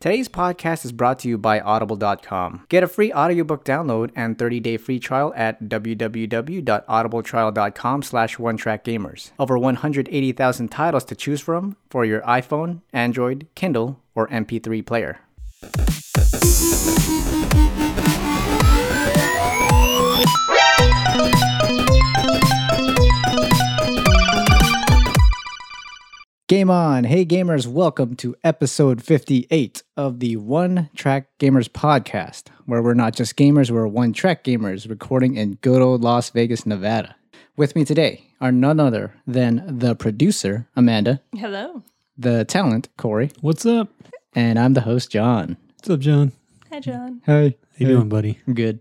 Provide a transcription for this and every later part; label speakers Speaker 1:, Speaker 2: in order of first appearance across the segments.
Speaker 1: Today's podcast is brought to you by Audible.com. Get a free audiobook download and 30-day free trial at www.audibletrial.com slash onetrackgamers. Over 180,000 titles to choose from for your iPhone, Android, Kindle, or MP3 player. Game on. Hey, gamers, welcome to episode 58 of the One Track Gamers podcast, where we're not just gamers, we're one track gamers recording in good old Las Vegas, Nevada. With me today are none other than the producer, Amanda,
Speaker 2: Hello.
Speaker 1: the talent, Corey,
Speaker 3: What's up?
Speaker 1: and I'm the host, John.
Speaker 3: What's up, John?
Speaker 2: Hi, John.
Speaker 1: Hey.
Speaker 3: How you doing, buddy?
Speaker 1: Good.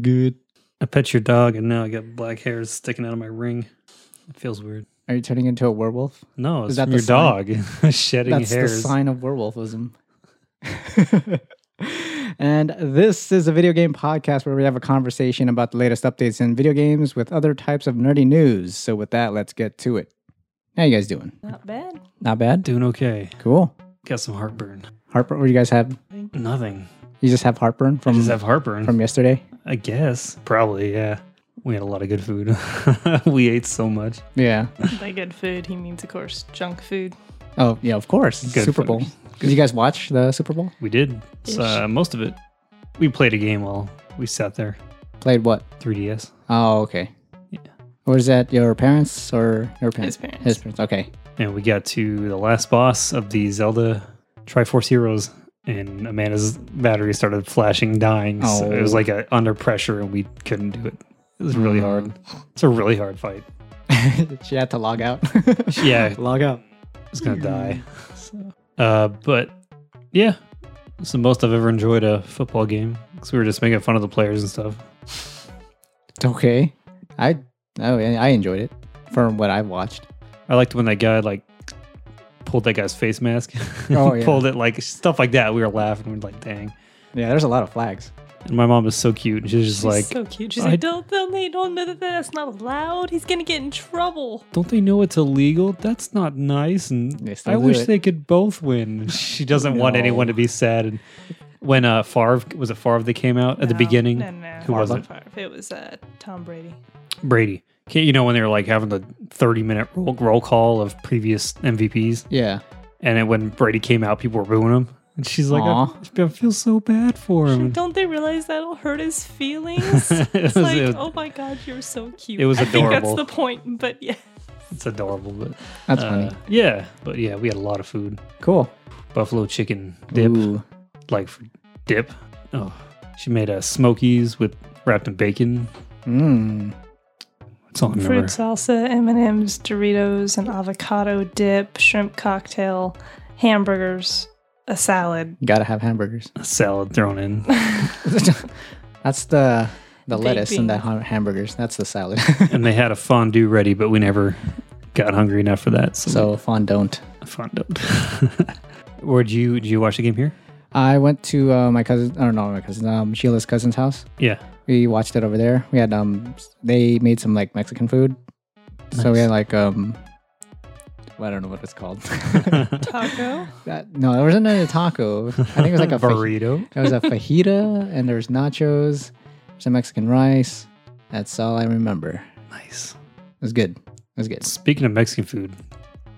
Speaker 1: Good.
Speaker 3: I pet your dog, and now I got black hairs sticking out of my ring. It feels weird.
Speaker 1: Are you turning into a werewolf?
Speaker 3: No, it's
Speaker 1: that
Speaker 3: from
Speaker 1: the
Speaker 3: your dog shedding
Speaker 1: That's
Speaker 3: hairs.
Speaker 1: the sign of werewolfism. and this is a video game podcast where we have a conversation about the latest updates in video games with other types of nerdy news. So with that, let's get to it. How you guys doing?
Speaker 2: Not bad.
Speaker 1: Not bad.
Speaker 3: Doing okay.
Speaker 1: Cool.
Speaker 3: Got some heartburn.
Speaker 1: Heartburn. What do you guys have?
Speaker 3: Nothing.
Speaker 1: You just have heartburn
Speaker 3: I
Speaker 1: from
Speaker 3: just have heartburn.
Speaker 1: from yesterday.
Speaker 3: I guess. Probably. Yeah. We had a lot of good food. we ate so much.
Speaker 1: Yeah.
Speaker 2: By good food, he means, of course, junk food.
Speaker 1: Oh yeah. Of course.
Speaker 3: Good
Speaker 1: Super
Speaker 3: for
Speaker 1: Bowl.
Speaker 3: us.
Speaker 1: Did you guys watch the Super Bowl?
Speaker 3: We did uh, most of it. We played a game while we sat there.
Speaker 1: Played what?
Speaker 3: 3DS.
Speaker 1: Oh okay.
Speaker 3: Yeah.
Speaker 1: Was that your parents or your parents?
Speaker 2: His parents.
Speaker 1: His parents. Okay.
Speaker 3: And we got to the last boss of the Zelda Triforce Heroes, and Amanda's battery started flashing, dying. So it was
Speaker 1: Oh. Mm.
Speaker 3: like a, under pressure, and we couldn't do it. It was really hard. It's a really hard fight.
Speaker 1: she had to log out.
Speaker 3: Yeah, I
Speaker 1: log out.
Speaker 3: was gonna die. So, uh, but yeah, it's the most I've ever enjoyed a football game because we were just making fun of the players and stuff.
Speaker 1: Okay. I oh yeah, I enjoyed it from what I watched.
Speaker 3: I liked when that guy like pulled that guy's face mask,
Speaker 1: Oh, yeah.
Speaker 3: pulled it like stuff like that. We were laughing. We were like, dang.
Speaker 1: Yeah, there's a lot of flags.
Speaker 3: And my mom is so cute. And she was just
Speaker 2: She's
Speaker 3: like,
Speaker 2: so cute. She's
Speaker 3: I-
Speaker 2: like, don't tell me, don't admit that that's not allowed. He's gonna get in trouble.
Speaker 3: don't they know it's illegal? That's not nice.
Speaker 1: They
Speaker 3: And
Speaker 1: still
Speaker 3: I
Speaker 1: do
Speaker 3: wish
Speaker 1: it.
Speaker 3: they could both win. She doesn't want
Speaker 1: No.
Speaker 3: anyone to be sad. And when uh, Favre was it Favre that came out at the
Speaker 2: No,
Speaker 3: beginning?
Speaker 2: No, no.
Speaker 3: Who was it?
Speaker 2: Favre. It was uh, Tom Brady.
Speaker 3: Brady. Can't you know when they were like having the thirty minute roll, roll call of previous MVPs,
Speaker 1: Yeah.
Speaker 3: and then when Brady came out, people were booing him. And she's like, I, I feel so bad for
Speaker 2: She's like,
Speaker 3: him.
Speaker 2: Don't they realize that'll hurt his feelings?
Speaker 3: It
Speaker 2: it's
Speaker 3: was-
Speaker 2: like,
Speaker 3: it was-
Speaker 2: oh my god, you're so cute.
Speaker 3: It was
Speaker 2: I think that's
Speaker 3: adorable.
Speaker 2: the point, but yeah.
Speaker 3: It's adorable, but
Speaker 1: That's
Speaker 3: uh,
Speaker 1: funny.
Speaker 3: yeah, but yeah, we had a lot of food.
Speaker 1: Cool.
Speaker 3: Buffalo chicken dip.
Speaker 1: Ooh.
Speaker 3: like for dip. Oh, she made a smokies with wrapped in bacon.
Speaker 1: Mm.
Speaker 3: That's all I remember.
Speaker 2: Fruit salsa, M&Ms, Doritos, an avocado dip, shrimp cocktail, hamburgers, a salad,
Speaker 1: Gotta have hamburgers.
Speaker 3: A salad thrown in.
Speaker 1: That's the the
Speaker 2: Baked
Speaker 1: lettuce and the
Speaker 2: beans.
Speaker 1: ha- hamburgers. That's the salad.
Speaker 3: and they had a fondue ready, but we never got hungry enough for that. So,
Speaker 1: so fondant.
Speaker 3: we- fondue. Where'd you did you watch the game here?
Speaker 1: I went to uh, my cousin. I don't know my cousin. Um, Sheila's cousin's house.
Speaker 3: Yeah.
Speaker 1: We watched it over there. We had um, s- they made some like Mexican food. So we
Speaker 3: Nice.
Speaker 1: had like um, I don't know what it's called.
Speaker 2: taco.
Speaker 1: that, no, there wasn't a taco. I think it was like a faj-
Speaker 3: burrito.
Speaker 1: There was a fajita and there's nachos, some Mexican rice. That's all I remember.
Speaker 3: Nice.
Speaker 1: It was good. It was good.
Speaker 3: Speaking of Mexican food,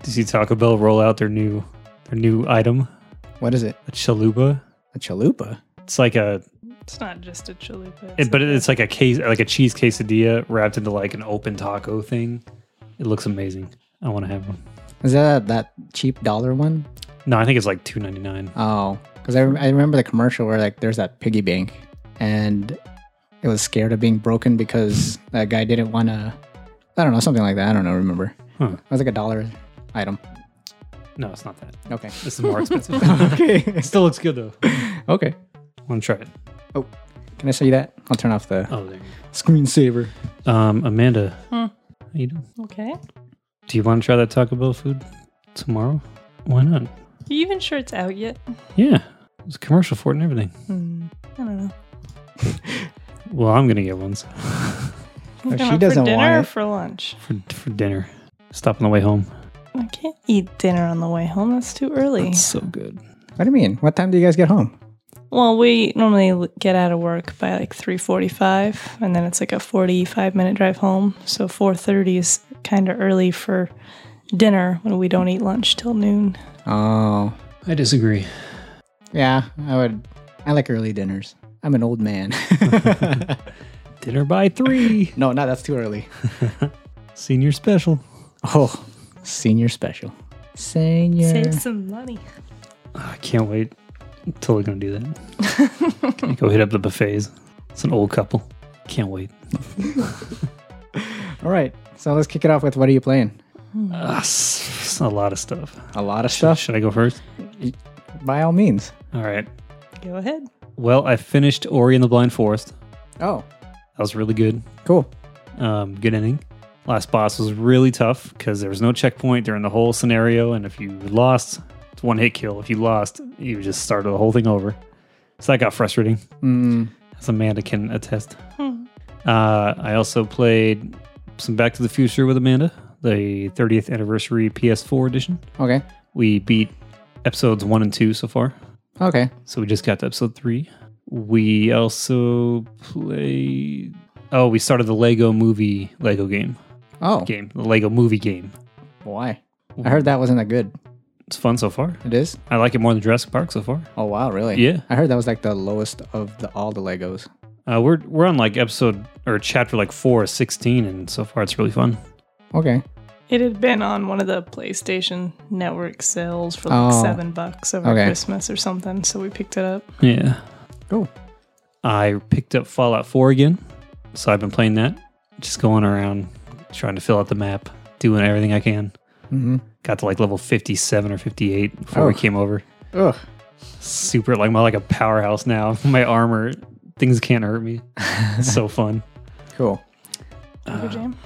Speaker 3: did you see Taco Bell roll out their new their new item,
Speaker 1: What is it?
Speaker 3: a chalupa?
Speaker 1: A chalupa?
Speaker 3: It's like a,
Speaker 2: It's not just a chalupa.
Speaker 3: it, but
Speaker 2: like a-
Speaker 3: it's like a case like a cheese quesadilla wrapped into like an open taco thing. It looks amazing. I want to have one.
Speaker 1: Is that that cheap dollar one?
Speaker 3: No, I think it's like two ninety nine.
Speaker 1: Oh, because I, rem- I remember the commercial where like there's that piggy bank, and it was scared of being broken because that guy didn't want to. I don't know something like that. I don't know. Remember?
Speaker 3: Huh.
Speaker 1: It was like a dollar item.
Speaker 3: No, it's not that.
Speaker 1: Okay.
Speaker 3: This is more expensive.
Speaker 1: okay.
Speaker 3: it still looks good though. I
Speaker 1: Okay.
Speaker 3: want to try it.
Speaker 1: Can I show you that? I'll turn off the
Speaker 3: Oh, there. You
Speaker 1: screensaver.
Speaker 3: go. Um, Amanda,
Speaker 2: Hmm.
Speaker 3: how you doing?
Speaker 2: Okay.
Speaker 3: Do you want to try that Taco Bell food tomorrow? Why not?
Speaker 2: You even sure it's out yet?
Speaker 3: Yeah, it's a commercial for it and everything.
Speaker 2: Hmm. I don't
Speaker 1: Oh,
Speaker 2: know.
Speaker 3: Well, I'm gonna get ones
Speaker 2: You
Speaker 1: No,
Speaker 2: can
Speaker 1: she
Speaker 2: have
Speaker 1: doesn't
Speaker 2: for dinner
Speaker 1: want
Speaker 2: or
Speaker 1: it.
Speaker 2: for lunch.
Speaker 3: for for dinner. Stop on the way home.
Speaker 2: I can't eat dinner on the way home. That's too early.
Speaker 3: It's so good.
Speaker 1: What do you mean? What time do you guys get home?
Speaker 2: Well, we normally l- get out of work by like 3:45 and then it's like a 45 minute drive home. So 4:30 is kind of early for dinner when we don't eat lunch till noon.
Speaker 1: Oh,
Speaker 3: I disagree.
Speaker 1: yeah. I would. I like early dinners. I'm an old man.
Speaker 3: Dinner by three.
Speaker 1: no, no, that's too early.
Speaker 3: Senior special.
Speaker 1: Oh, senior special. Senior.
Speaker 2: some money.
Speaker 3: I can't wait. I'm totally gonna do that. Gonna go hit up the buffets. It's an old couple. Can't wait.
Speaker 1: All right. So let's kick it off with what are you playing?
Speaker 2: Hmm.
Speaker 3: Ah, s- s- a lot of stuff.
Speaker 1: A lot of
Speaker 3: Should,
Speaker 1: stuff.
Speaker 3: should I go first?
Speaker 1: By all means.
Speaker 3: All right.
Speaker 2: Go ahead.
Speaker 3: Well, I finished Ori and the Blind Forest.
Speaker 1: Oh,
Speaker 3: That was really good.
Speaker 1: cool.
Speaker 3: um, good ending. Last boss was really tough because there was no checkpoint during the whole scenario, and if you lost, it's one hit kill. If you lost, you just started the whole thing over. So that got frustrating,
Speaker 1: Mm,
Speaker 3: as Amanda can attest.
Speaker 2: Hmm.
Speaker 3: Uh, I also played some Back to the Future with Amanda, the 30th anniversary PS4 edition.
Speaker 1: okay.
Speaker 3: We beat episodes one and two so far,
Speaker 1: Okay.
Speaker 3: so we just got to episode three. We also played. Oh, we started the Lego Movie Lego game
Speaker 1: Oh,
Speaker 3: game, the Lego movie game.
Speaker 1: why? I heard that wasn't that good.
Speaker 3: It's fun so far.
Speaker 1: It is?
Speaker 3: I like it more than Jurassic Park so far.
Speaker 1: Oh, wow. Really?
Speaker 3: Yeah.
Speaker 1: I heard that was like the lowest of the all the Legos.
Speaker 3: Uh, we're we're on like episode or chapter like four or sixteen, and so far it's really fun.
Speaker 1: Okay.
Speaker 2: It had been on one of the PlayStation Network sales for like
Speaker 1: Oh.
Speaker 2: 7 bucks over
Speaker 1: Okay.
Speaker 2: Christmas or something, so we picked it up.
Speaker 3: Yeah.
Speaker 1: Cool.
Speaker 3: I picked up Fallout Four again, so I've been playing that, just going around trying to fill out the map, doing everything I can.
Speaker 1: Mm-hmm.
Speaker 3: Got to like level fifty seven or fifty eight before we
Speaker 1: Oh.
Speaker 3: came over.
Speaker 1: Ugh.
Speaker 3: Super like my like a powerhouse now. My armor, things can't hurt me. It's so fun.
Speaker 1: Cool.
Speaker 2: Paper Jam.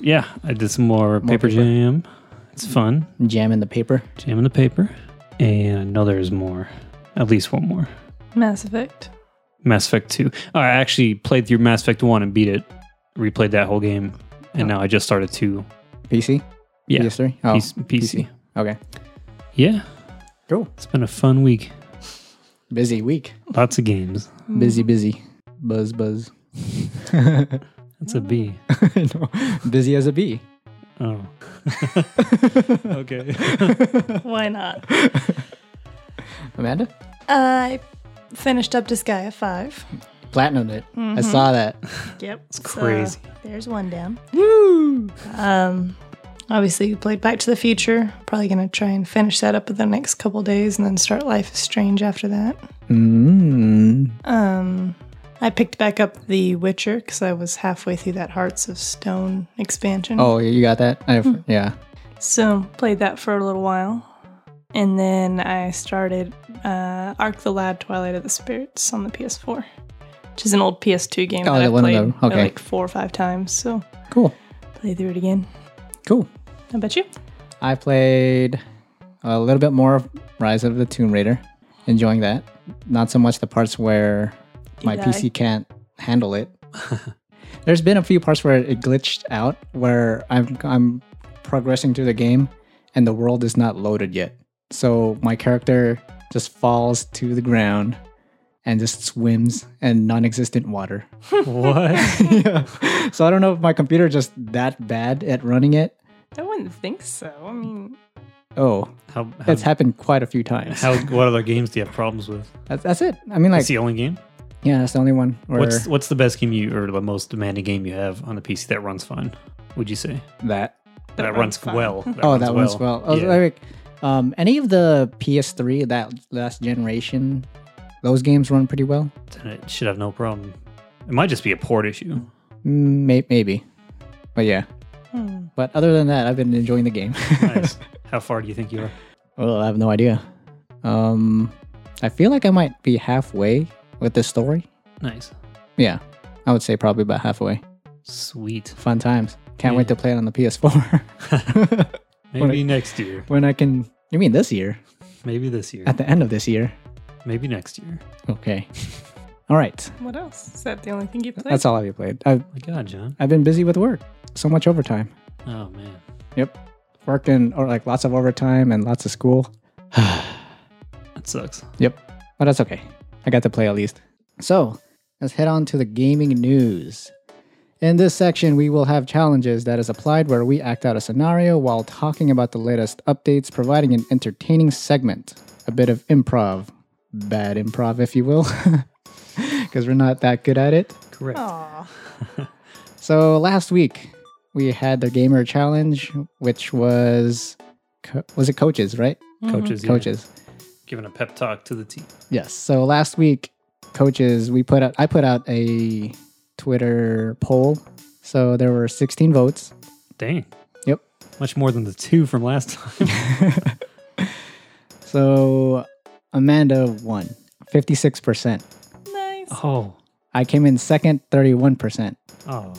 Speaker 3: Yeah, I did some more,
Speaker 1: paper.
Speaker 3: paper, jam. It's fun.
Speaker 1: Jam in the paper.
Speaker 3: Jamming the paper. And I know there's more. At least one more.
Speaker 2: Mass Effect.
Speaker 3: Mass Effect 2. Oh, I actually played through Mass Effect 1 and beat it. Replayed that whole game. And now I just started 2.
Speaker 1: PC?
Speaker 3: Yeah.
Speaker 1: PS3? Oh,
Speaker 3: P- PC.
Speaker 1: Okay.
Speaker 3: Yeah.
Speaker 1: Cool.
Speaker 3: It's been a fun week.
Speaker 1: Busy week.
Speaker 3: Lots of games.
Speaker 1: Busy, busy. Buzz, buzz.
Speaker 3: That's a B.
Speaker 1: No, Busy as a bee.
Speaker 3: Oh. okay.
Speaker 2: Why not?
Speaker 1: Amanda?
Speaker 2: I finished up Disgaea 5.
Speaker 1: Platinum it. I saw that.
Speaker 2: Yep. It's
Speaker 3: crazy.
Speaker 2: there's one down. Woo! Um, obviously, you played Back to the Future. Probably going to try and finish that up in the next couple days and then start Life is Strange after that.
Speaker 1: Mm.
Speaker 2: Um, I picked back up The Witcher because I was halfway through that Hearts of Stone expansion.
Speaker 1: Oh, you got that? I've, Yeah.
Speaker 2: So, played that for a little while. And then I started uh, Arc the Lad Twilight of the Spirits on the PS4, which is an old PS2 game
Speaker 1: Oh,
Speaker 2: that
Speaker 1: the
Speaker 2: I
Speaker 1: one
Speaker 2: played
Speaker 1: of the-
Speaker 2: uh,
Speaker 1: okay.
Speaker 2: like four or five times. So,
Speaker 1: Cool.
Speaker 2: play through it again.
Speaker 1: Cool.
Speaker 2: I bet you.
Speaker 1: I played a little bit more of Rise of the Tomb Raider, enjoying that. Not so much the parts where my
Speaker 2: Eli.
Speaker 1: PC can't handle it. There's been a few parts where it glitched out, where I'm I'm progressing through the game, and the world is not loaded yet. So my character just falls to the ground, and just swims in non-existent water.
Speaker 3: what?
Speaker 1: yeah. So I don't know if my computer just that bad at running it.
Speaker 2: I wouldn't think so. I mean,
Speaker 1: Oh,
Speaker 3: How, how,
Speaker 1: that's happened quite a few times.
Speaker 3: Um, how, what other games do you have problems with?
Speaker 1: That's, that's it. I mean, like,
Speaker 3: That's the only game?
Speaker 1: yeah, that's the only one. Where
Speaker 3: What's what's the best game you or the most demanding game you have on a PC that runs fine? Would you say
Speaker 1: that?
Speaker 2: that,
Speaker 3: that,
Speaker 2: runs
Speaker 3: runs,
Speaker 2: fine.
Speaker 3: well? That
Speaker 1: oh, that one's well. Oh,
Speaker 3: Yeah.
Speaker 1: like, um, any of the PS3 that last generation, those games run pretty well.
Speaker 3: Then it should have no problem. It might just be a port issue.
Speaker 1: Mm, may- maybe, but yeah.
Speaker 2: Hmm.
Speaker 1: But other than that, I've been enjoying the game.
Speaker 3: Nice. How far do you think you are?
Speaker 1: well, I have no idea. Um, I feel like I might be halfway with this story.
Speaker 3: Nice.
Speaker 1: Yeah, I would say probably about halfway.
Speaker 3: Sweet.
Speaker 1: Fun times. Can't wait to
Speaker 3: Yeah.
Speaker 1: play it on the PS4
Speaker 3: Maybe next year.
Speaker 1: when I can. You mean this year?
Speaker 3: Maybe this year.
Speaker 1: At the end of this year?
Speaker 3: Maybe next year.
Speaker 1: Okay. All right.
Speaker 2: What else? Is that the only thing you played?
Speaker 1: That's all I've played. I've,
Speaker 3: My God, John.
Speaker 1: I've been busy with work. So much overtime.
Speaker 3: Oh man.
Speaker 1: Yep. Working or like lots of overtime and lots of school.
Speaker 3: That sucks.
Speaker 1: Yep. But that's okay. I got to play at least. So let's head on to the gaming news. In this section, we will have challenges that is applied where we act out a scenario while talking about the latest updates, providing an entertaining segment, a bit of improv, bad improv, if you will, because we're not that good at it.
Speaker 3: Correct.
Speaker 2: Aw.
Speaker 1: So last week we had the gamer challenge, which was co- was it coaches, right?
Speaker 2: Mm-hmm.
Speaker 3: Coaches, yeah.
Speaker 1: Coaches.
Speaker 3: giving a pep talk to the team.
Speaker 1: Yes. So last week, coaches, we put out, I put out a Twitter poll. So there were 16 votes.
Speaker 3: Dang.
Speaker 1: Yep.
Speaker 3: Much more than the two from last time.
Speaker 1: So Amanda won 56%.
Speaker 2: Nice.
Speaker 3: oh.
Speaker 1: I came in second, 31%.
Speaker 3: Oh.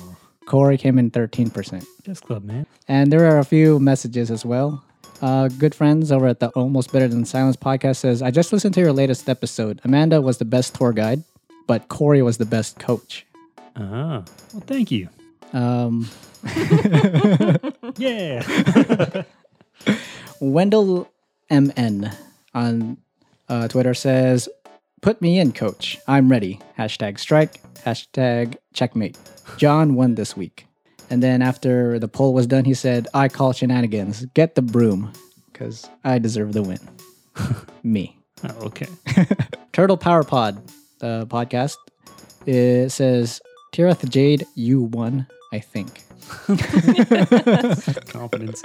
Speaker 1: Corey came in 13%.
Speaker 3: Chess Club, man.
Speaker 1: And there are a few messages as well. Uh, good friends over at the Almost Better Than Silence podcast says, I just listened to your latest episode. Amanda was the best tour guide, but Corey was the best coach.
Speaker 3: Ah. Well, thank you.
Speaker 1: Um,
Speaker 3: Yeah.
Speaker 1: Wendell MN on uh, Twitter says, Put me in, coach. I'm ready. Hashtag strike. Hashtag checkmate. John won this week. And then after the poll was done, he said, I call shenanigans. Get the broom because I deserve the win. me.
Speaker 3: Oh, okay.
Speaker 1: Turtle Power Pod, the podcast, it says, Tirith Jade, you won, I think.
Speaker 3: Confidence.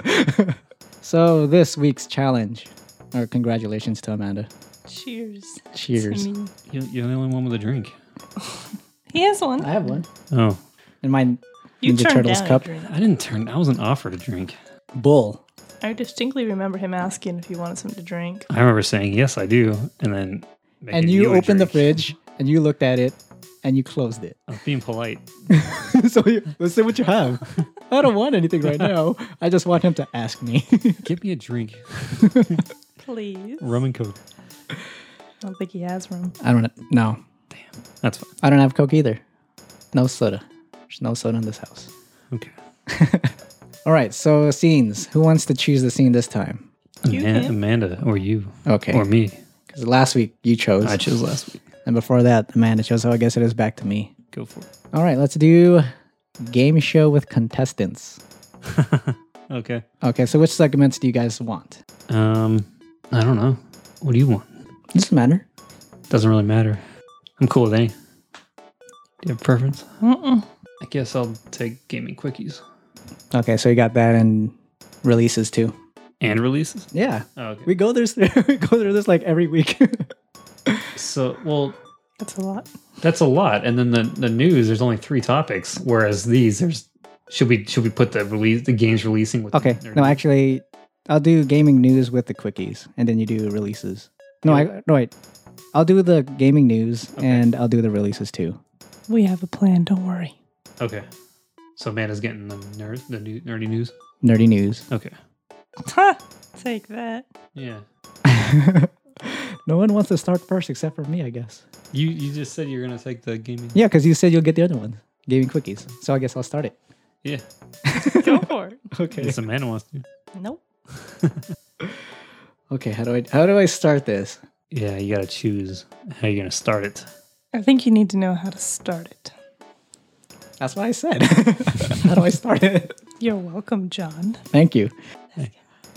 Speaker 1: So this week's challenge, or congratulations to Amanda.
Speaker 2: Cheers.
Speaker 1: Cheers.
Speaker 2: To me.
Speaker 3: You- You're the only one with a drink.
Speaker 2: He has one.
Speaker 1: I have one.
Speaker 3: Oh.
Speaker 1: And mine,
Speaker 2: you
Speaker 1: Ninja
Speaker 2: turned
Speaker 1: Turtles
Speaker 2: down
Speaker 1: cup.
Speaker 2: your drink.
Speaker 3: I didn't turn. I wasn't offered a drink.
Speaker 1: Bull.
Speaker 2: I distinctly remember him asking if he wanted something to drink.
Speaker 3: I remember saying yes, I do, and then making
Speaker 1: and you
Speaker 3: a
Speaker 1: opened the
Speaker 3: drink.
Speaker 1: fridge and you looked at it and you closed it.
Speaker 3: I was being polite.
Speaker 1: so you, let's see what you have. I don't want anything right now. I just want him to ask me.
Speaker 3: Give me a drink,
Speaker 2: Please.
Speaker 3: rum and coke.
Speaker 2: I don't think he has room.
Speaker 1: I don't know.
Speaker 3: That's fine.
Speaker 1: I don't have Coke either. No soda. There's no soda in this house.
Speaker 3: Okay.
Speaker 1: All right, so scenes. Who wants to choose the scene this time?
Speaker 2: You
Speaker 3: Ama-
Speaker 2: can.
Speaker 3: Amanda, or you,
Speaker 1: Okay.
Speaker 3: or me.
Speaker 1: Because last week you chose.
Speaker 3: I chose last week.
Speaker 1: And before that, Amanda chose, so I guess it is back to me.
Speaker 3: Go for it.
Speaker 1: All right, let's do game show with contestants.
Speaker 3: Okay.
Speaker 1: Okay, so which segments do you guys want?
Speaker 3: Um, I don't know. What do you want?
Speaker 1: Doesn't matter.
Speaker 3: Doesn't really matter. I'm cool with any. Do you have a preference?
Speaker 2: Mm-mm.
Speaker 3: I guess I'll take gaming quickies
Speaker 1: Okay, so you got that and releases too.
Speaker 3: and releases.
Speaker 1: Yeah,
Speaker 3: Oh, okay.
Speaker 1: we go this we go through this like every week.
Speaker 3: So, well,
Speaker 2: That's a lot.
Speaker 3: that's a lot. And then the the news. There's only three topics, whereas these there's. Should we should we put the release the games releasing with
Speaker 1: okay,
Speaker 3: their-
Speaker 1: no, actually, I'll do gaming news with the quickies, and then you do releases. No, I no wait. I'll do the gaming news
Speaker 3: Okay.
Speaker 1: and I'll do the releases too.
Speaker 2: We have a plan. Don't worry.
Speaker 3: Okay. So Amanda's getting the nerd, the new, nerdy news.
Speaker 1: Nerdy news.
Speaker 3: Okay.
Speaker 2: Take that.
Speaker 3: Yeah.
Speaker 1: no one wants to start first except for me, I guess.
Speaker 3: You you just said you're gonna take the gaming.
Speaker 1: Yeah, because you said you'll get the other one, gaming quickies. So I guess I'll start it.
Speaker 3: Yeah.
Speaker 2: Go for it.
Speaker 1: Okay.
Speaker 3: Yes, Amanda wants to.
Speaker 2: Nope.
Speaker 1: Okay. How do I how do I start this?
Speaker 3: Yeah, you gotta choose how you're gonna start it.
Speaker 2: I think you need to know how to start it.
Speaker 1: That's what I said. how do I start it?
Speaker 2: You're welcome, John.
Speaker 1: Thank you.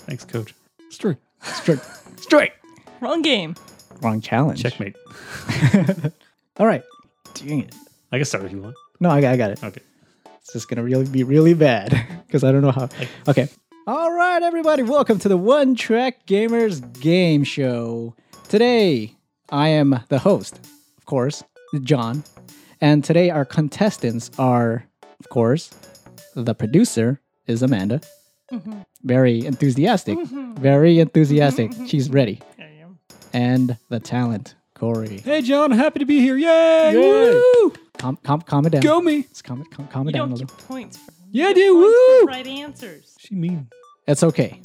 Speaker 3: Thanks, coach. It's true.
Speaker 1: Strike. Strike.
Speaker 2: Wrong game.
Speaker 1: Wrong challenge.
Speaker 3: Checkmate.
Speaker 1: All right. Dang it.
Speaker 3: I can start if you want.
Speaker 1: No, I got, I got it.
Speaker 3: Okay.
Speaker 1: It's just gonna really be really bad because I don't know how. Okay. All right, everybody. Welcome to the One Track Gamers Game Show. Today, I am the host, of course, John, and today our contestants are, of course, the producer is Amanda.
Speaker 2: Mm-hmm.
Speaker 1: Very enthusiastic. Very enthusiastic.
Speaker 2: Mm-hmm.
Speaker 1: She's ready.
Speaker 2: There you go.
Speaker 1: And the talent, Corey.
Speaker 3: Hey, John. Happy to be here. Yay!
Speaker 1: Woo! Calm, calm, calm it down.
Speaker 3: me.
Speaker 1: Let's calm it, calm, calm it
Speaker 2: You
Speaker 1: down a
Speaker 2: don't
Speaker 1: little.
Speaker 2: get points for
Speaker 3: Yeah,
Speaker 2: points for right answers.
Speaker 3: She mean.
Speaker 1: That's okay.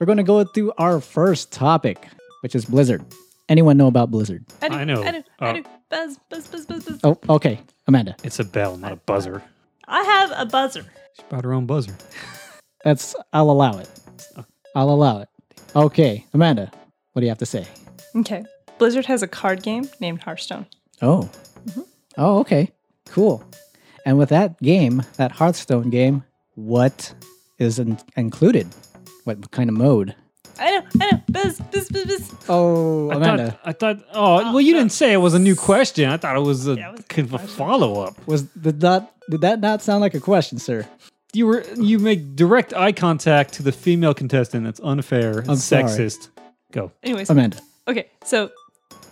Speaker 1: We're going to go through our first topic, which is Blizzard. Anyone know about Blizzard?
Speaker 2: do,
Speaker 3: I know.
Speaker 2: I Uh, do.
Speaker 3: Oh.
Speaker 2: I do. Buzz, buzz, buzz, buzz, buzz.
Speaker 1: Oh, okay. Amanda.
Speaker 3: It's a bell, not a buzzer.
Speaker 2: I have a buzzer.
Speaker 3: She brought her own buzzer.
Speaker 1: That's I'll allow it. I'll allow it. Okay, Amanda. What do you have to say?
Speaker 2: Okay. Blizzard has a card game named Hearthstone.
Speaker 1: Oh. Oh, okay. Cool. And with that game, that Hearthstone game, what is in- included? What kind of mode?
Speaker 2: I know, I know. Buzz, buzz, buzz, buzz.
Speaker 1: Oh,
Speaker 3: I
Speaker 1: Amanda.
Speaker 3: thought, I thought, oh, well, you didn't say it was a new question. I thought it was a,
Speaker 2: Yeah, it was a
Speaker 3: kind of a follow up.
Speaker 1: Was did that did that not sound like a question, sir?
Speaker 3: You were you make direct eye contact to the female contestant. That's unfair. It's
Speaker 1: I'm sorry.
Speaker 3: sexist. Go.
Speaker 2: Anyways,
Speaker 1: Amanda.
Speaker 2: okay. So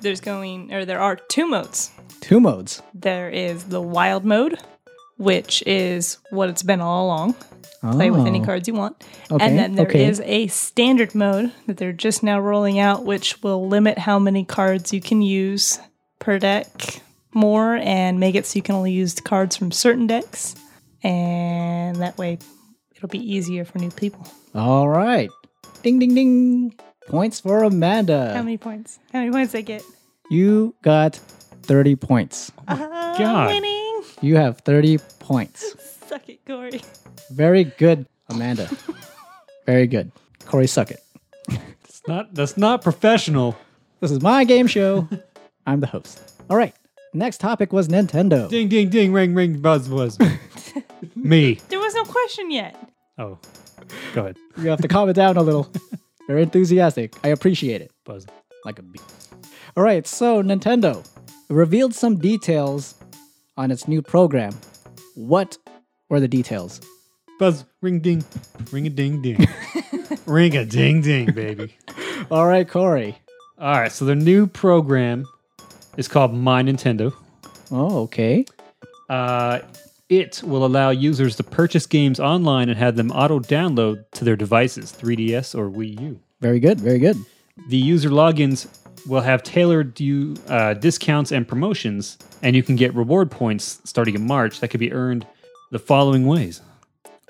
Speaker 2: there's going, or there are two modes.
Speaker 1: Two modes.
Speaker 2: There is the wild mode, which is what it's been all along. Play with any
Speaker 1: Oh.
Speaker 2: cards you want.
Speaker 1: Okay,
Speaker 2: and then there is
Speaker 1: okay.
Speaker 2: a standard mode that they're just now rolling out, which will limit how many cards you can use per deck more and make it so you can only use cards from certain decks. And that way it'll be easier for new people.
Speaker 1: All right. Ding ding ding. Points for Amanda.
Speaker 2: How many points? How many points I get?
Speaker 1: you got 30 points.
Speaker 2: I'm
Speaker 3: God.
Speaker 2: winning.
Speaker 1: You have 30 points.
Speaker 2: Suck it, Corey.
Speaker 1: Very good, Amanda. Very good. Corey, suck it.
Speaker 3: It's not that's not professional.
Speaker 1: This is my game show. I'm the host. All right. Next topic was Nintendo.
Speaker 3: Ding ding ding ring ring buzz buzz. Me.
Speaker 2: There was no question yet.
Speaker 3: Oh. Go ahead.
Speaker 1: You have to calm it down a little. Very enthusiastic. I appreciate it.
Speaker 3: Buzz.
Speaker 1: Like a bee. All right. So, Nintendo revealed some details on its new program. What were the details?
Speaker 3: Buzz ring ding. Ring a ding ding. ring a ding ding, baby.
Speaker 1: All right, Corey.
Speaker 3: All right, so their new program is called My Nintendo.
Speaker 1: Oh, okay.
Speaker 3: Uh, it will allow users to purchase games online and have them auto download to their devices, 3DS or Wii U.
Speaker 1: Very good. Very good.
Speaker 3: The user logins will have tailored you, uh, discounts and promotions, and you can get reward points starting in March that could be earned the following ways.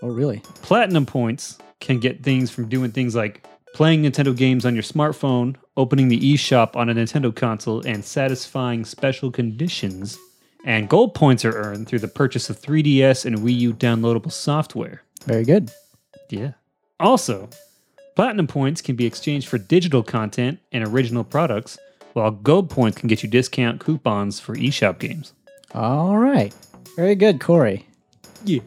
Speaker 1: Oh, really?
Speaker 3: Platinum points can get things from doing things like playing Nintendo games on your smartphone, opening the eShop on a Nintendo console, and satisfying special conditions. And gold points are earned through the purchase of 3DS and Wii U downloadable software.
Speaker 1: Very good.
Speaker 3: Yeah. Also, platinum points can be exchanged for digital content and original products, while gold points can get you discount coupons for eShop games.
Speaker 1: All right. Very good, Corey.
Speaker 3: Yeah.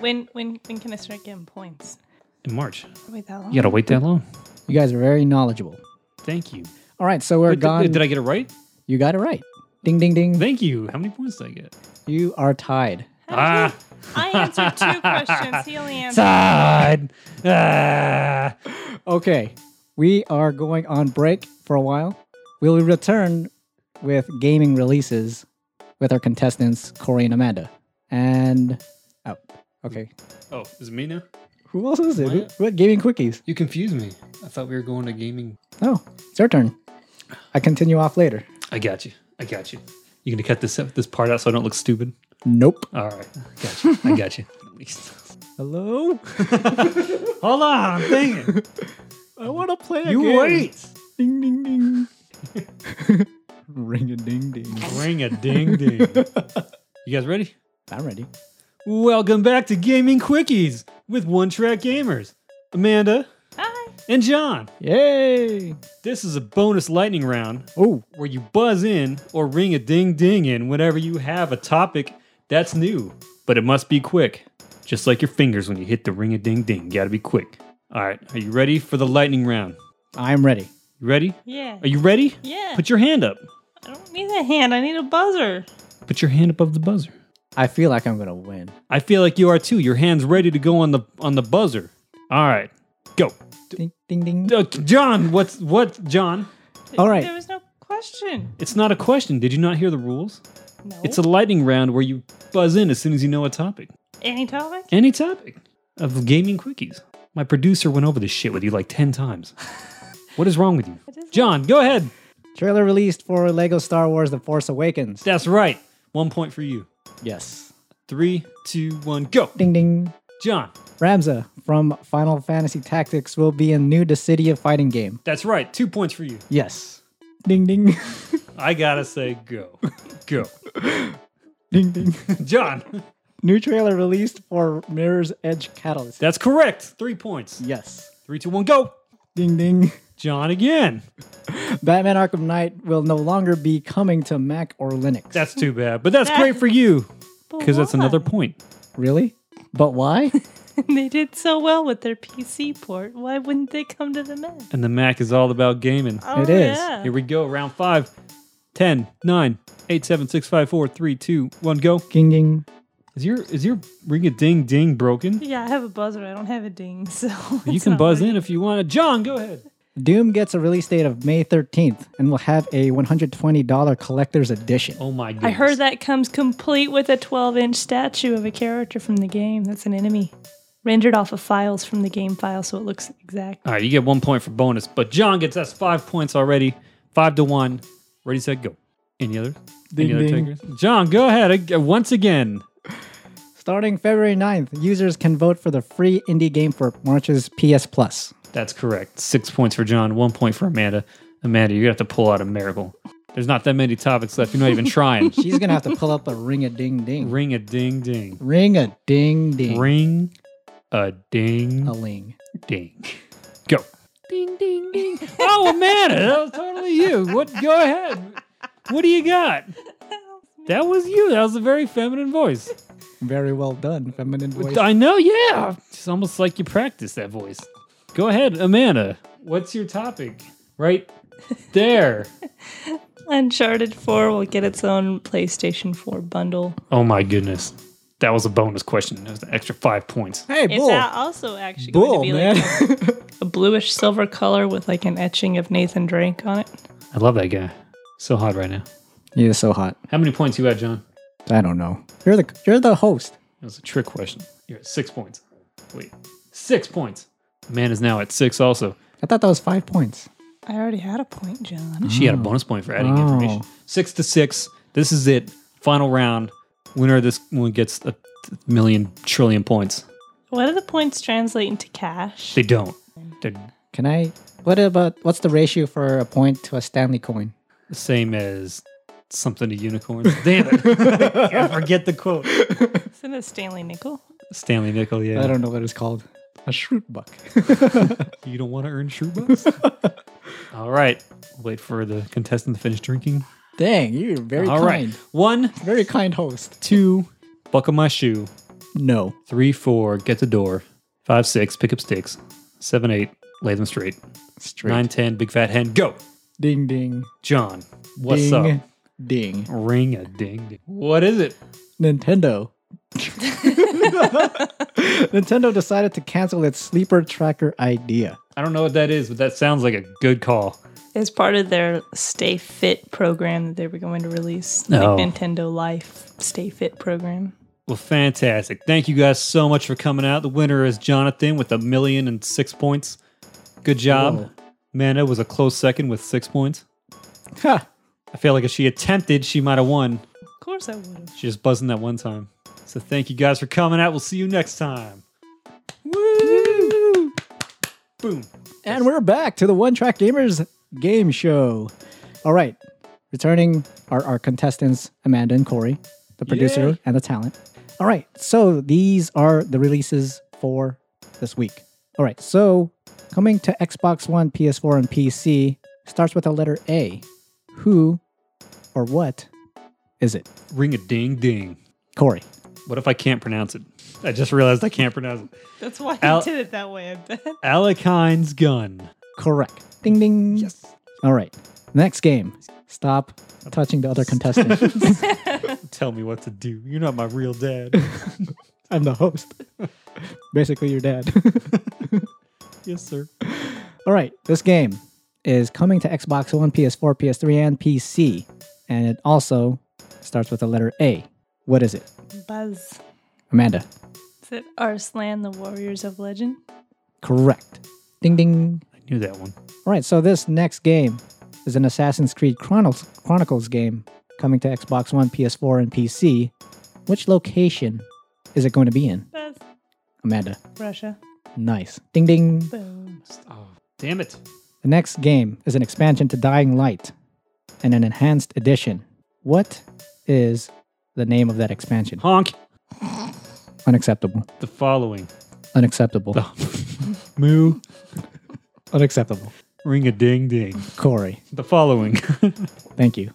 Speaker 2: When when when can I start getting points?
Speaker 3: In March.
Speaker 2: Wait that long.
Speaker 3: You gotta wait that long?
Speaker 1: You guys are very knowledgeable.
Speaker 3: Thank you.
Speaker 1: All right, so we're
Speaker 3: Wait, did-
Speaker 1: gone.
Speaker 3: Did, I get it right?
Speaker 1: you got it right. Ding, ding, ding.
Speaker 3: Thank you. How many points did I get?
Speaker 1: you are tied.
Speaker 2: How
Speaker 3: Ah.
Speaker 2: did you- I answered two questions. He only answered.
Speaker 3: Side. Ah.
Speaker 1: Okay, we are going on break for a while. We'll return with gaming releases with our contestants, Corey and Amanda. And out. Okay.
Speaker 3: Oh, is it me now?
Speaker 1: Who else is it? Who-
Speaker 3: What?
Speaker 1: What gaming quickies?
Speaker 3: You confused me. I thought we were going to gaming.
Speaker 1: Oh, it's your turn. I continue off later.
Speaker 3: I got you. I got you. You gonna cut this this part out so I don't look stupid?
Speaker 1: Nope.
Speaker 3: All right. Got you. I got you. At least.
Speaker 1: Hello?
Speaker 3: Hold on. Dang it.
Speaker 1: I want to play a
Speaker 3: You
Speaker 1: game.
Speaker 3: wait.
Speaker 1: Ding, ding, ding. Ring a ding, ding.
Speaker 3: Ring a ding ding. you guys ready?
Speaker 1: I'm ready.
Speaker 3: Welcome back to Gaming Quickies with One Track Gamers, Amanda
Speaker 2: Hi.
Speaker 3: and John.
Speaker 1: Yay!
Speaker 3: This is a bonus lightning round
Speaker 1: Oh,
Speaker 3: where you buzz in or ring a ding ding in whenever you have a topic that's new, but it must be quick. Just like your fingers when you hit the ring a ding ding, gotta be quick. All right, are you ready for the lightning round?
Speaker 1: I'm ready.
Speaker 3: You ready?
Speaker 2: Yeah.
Speaker 3: Are you ready?
Speaker 2: yeah.
Speaker 3: Put your hand up.
Speaker 2: I don't need a hand. I need a buzzer.
Speaker 3: Put your hand above the buzzer.
Speaker 1: I feel like I'm gonna win.
Speaker 3: I feel like you are too. Your hand's ready to go on the on the buzzer. All right, go,
Speaker 1: Ding, ding, ding.
Speaker 3: Uh, John. What's what, John?
Speaker 1: All right.
Speaker 2: There was no question.
Speaker 3: It's not a question. Did you not hear the rules?
Speaker 2: No.
Speaker 3: It's a lightning round where you buzz in as soon as you know a topic.
Speaker 2: any topic.
Speaker 3: Any topic of gaming quickies. My producer went over this shit with you like ten times. What is wrong with you, John? Go ahead.
Speaker 1: Trailer released for Lego Star Wars The Force Awakens.
Speaker 3: That's right. One point for you.
Speaker 1: Yes.
Speaker 3: Three, two, one, go,
Speaker 1: Ding, ding.
Speaker 3: John.
Speaker 1: Ramza from Final Fantasy Tactics will be in new Dissidia fighting game.
Speaker 3: That's right. Two points for you.
Speaker 1: Yes. Ding, ding.
Speaker 3: I gotta say, go, go,
Speaker 1: ding, ding.
Speaker 3: John.
Speaker 1: new trailer released for Mirror's Edge Catalyst.
Speaker 3: That's correct. Three points.
Speaker 1: Yes.
Speaker 3: Three, two, one, go.
Speaker 1: Ding, ding.
Speaker 3: John again.
Speaker 1: Batman Arkham Knight will no longer be coming to Mac or Linux.
Speaker 3: That's too bad, but that's great for you because that's another point.
Speaker 1: really? But why?
Speaker 2: they did so well with their PC port. Why wouldn't they come to the Mac?
Speaker 3: And the Mac is all about gaming.
Speaker 2: Oh,
Speaker 1: It is.
Speaker 2: Yeah.
Speaker 3: Here we go. Round five. 10, 9, 8, 7, 6, 5, 4, 3, 2, 1, go.
Speaker 1: Ging ging.
Speaker 3: Is your is your ring a ding ding broken?
Speaker 2: Yeah, I have a buzzer. I don't have a ding, so
Speaker 3: You can buzz in if you want to. John, go ahead.
Speaker 1: Doom gets a release date of May 13th and will have a $120 collector's edition.
Speaker 3: Oh my god.
Speaker 2: I heard that comes complete with a 12-inch statue of a character from the game. That's an enemy, rendered off of files from the game file, so it looks exact.
Speaker 3: All right, you get one point for bonus, but John gets us five points already. Five to one. Ready, set, go. Any others?
Speaker 1: Ding,
Speaker 3: Any
Speaker 1: ding.
Speaker 3: takers? John, go ahead ag- uh, once again.
Speaker 1: Starting February 9th, users can vote for the free indie game for March's PS Plus.
Speaker 3: That's correct. Six points for John, one point for Amanda. Amanda, you're going to have to pull out a miracle. There's not that many topics left. You're not even trying.
Speaker 1: She's going to have to pull up a ring a ding ding.
Speaker 3: Ring a ding ding.
Speaker 1: Ring a ding ding.
Speaker 3: Ring a ding
Speaker 1: A ling.
Speaker 3: ding. Go. Ding ding ding. Oh Amanda, that was totally you. What go ahead. What do you got? That was you. That was a very feminine voice.
Speaker 1: Very well done, feminine voice.
Speaker 3: I know, yeah. It's almost like you practiced that voice. Go ahead, Amanda. What's your topic? Right there.
Speaker 2: Uncharted 4 will get its own PlayStation 4 bundle.
Speaker 3: oh my goodness. That was a bonus question. That was an extra five points.
Speaker 1: Hey,
Speaker 2: It's
Speaker 1: bull.
Speaker 2: a- also actually
Speaker 1: Bull,
Speaker 2: going to be
Speaker 1: man.
Speaker 2: like a, a bluish silver color with like an etching of Nathan Drake on it.
Speaker 3: I love that guy. So hot right now.
Speaker 1: You're so hot.
Speaker 3: How many points you at, John?
Speaker 1: I don't know. You're the you're the host.
Speaker 3: That was a trick question. You're at six points. Wait, six points. Man is now at six. Also,
Speaker 1: I thought that was five points.
Speaker 2: I already had a point, John.
Speaker 3: she had a bonus point for adding
Speaker 1: Oh.
Speaker 3: information. Six to six. This is it. Final round. Winner of this one gets a million trillion points.
Speaker 2: What do the points translate into cash?
Speaker 3: They don't. They're
Speaker 1: Can I? What about what's the ratio for a point to a Stanley coin?
Speaker 3: the same as something to unicorns. Damn it! I forget the quote.
Speaker 2: Isn't it Stanley Nickel?
Speaker 3: Stanley Nickel. Yeah.
Speaker 1: I don't know what it's called. A shrewd buck.
Speaker 3: You don't want to earn shoe bucks. All right. Wait for the contestant to finish drinking.
Speaker 1: Dang, you're very
Speaker 3: All right.
Speaker 1: kind.
Speaker 3: One,
Speaker 1: Very kind host.
Speaker 3: two. Buckle my shoe.
Speaker 1: No.
Speaker 3: Three, four, get the door. Five, six, pick up sticks. Seven, eight, lay them straight.
Speaker 1: Straight.
Speaker 3: Nine, ten, big fat hen, go.
Speaker 1: Ding ding.
Speaker 3: John, what's
Speaker 1: ding,
Speaker 3: up?
Speaker 1: Ding.
Speaker 3: Ring a ding ding. What is it?
Speaker 1: Nintendo. Nintendo decided to cancel its sleeper tracker idea.
Speaker 3: I don't know what that is, but that sounds like a good call.
Speaker 2: As part of their Stay Fit program that they were going to release,
Speaker 3: Oh.
Speaker 2: like Nintendo Life Stay Fit program.
Speaker 3: Well, fantastic. Thank you guys so much for coming out. The winner is Jonathan with a million and six points. Good job.
Speaker 1: Whoa.
Speaker 3: Man, it was a close second with six points.
Speaker 1: Ha!
Speaker 3: I feel like if she attempted, she might have won.
Speaker 2: Of course, I would have.
Speaker 3: She just buzzing that one time. So thank you guys for coming out. We'll see you next time. Woo! Boom.
Speaker 1: And we're back to the One Track Gamers game show. All right. Returning are our contestants, Amanda and Corey, the producer
Speaker 3: Yay.
Speaker 1: and the talent. All right. So these are the releases for this week. All right. So coming to Xbox One, PS4, and PC starts with the letter A. Who or what is it?
Speaker 3: Ring a ding ding.
Speaker 1: Corey.
Speaker 3: What if I can't pronounce it? I just realized I can't pronounce it.
Speaker 2: That's why
Speaker 3: Al-
Speaker 2: I did it that way. I bet.
Speaker 3: Alekine's gun.
Speaker 1: Correct. Ding ding. Yes. All right. Next game. Stop touching the other contestant.
Speaker 3: Tell me what to do. You're not my real dad.
Speaker 1: I'm the host. Basically, your dad.
Speaker 3: yes, sir.
Speaker 1: All right, this game is coming to Xbox One, PS4, PS3, and PC, and it also starts with the letter A. What is it,
Speaker 2: Buzz.
Speaker 1: Amanda?
Speaker 2: Is it Arslan, the Warriors of Legend?
Speaker 1: Correct. Ding ding.
Speaker 3: I knew that one.
Speaker 1: All right, so this next game is an Assassin's Creed Chronicles, Chronicles game coming to Xbox One, PS4, and PC. Which location is it going to be in,
Speaker 2: Buzz.
Speaker 1: Amanda?
Speaker 2: Russia.
Speaker 1: Nice. Ding ding.
Speaker 2: Boom.
Speaker 3: Oh, damn it.
Speaker 1: The next game is an expansion to Dying Light and an enhanced edition. What is the name of that expansion?
Speaker 3: Honk.
Speaker 1: Unacceptable.
Speaker 3: The following.
Speaker 1: Unacceptable.
Speaker 3: Moo.
Speaker 1: Unacceptable.
Speaker 3: Ring a ding ding.
Speaker 1: Corey.
Speaker 3: The following.
Speaker 1: Thank you.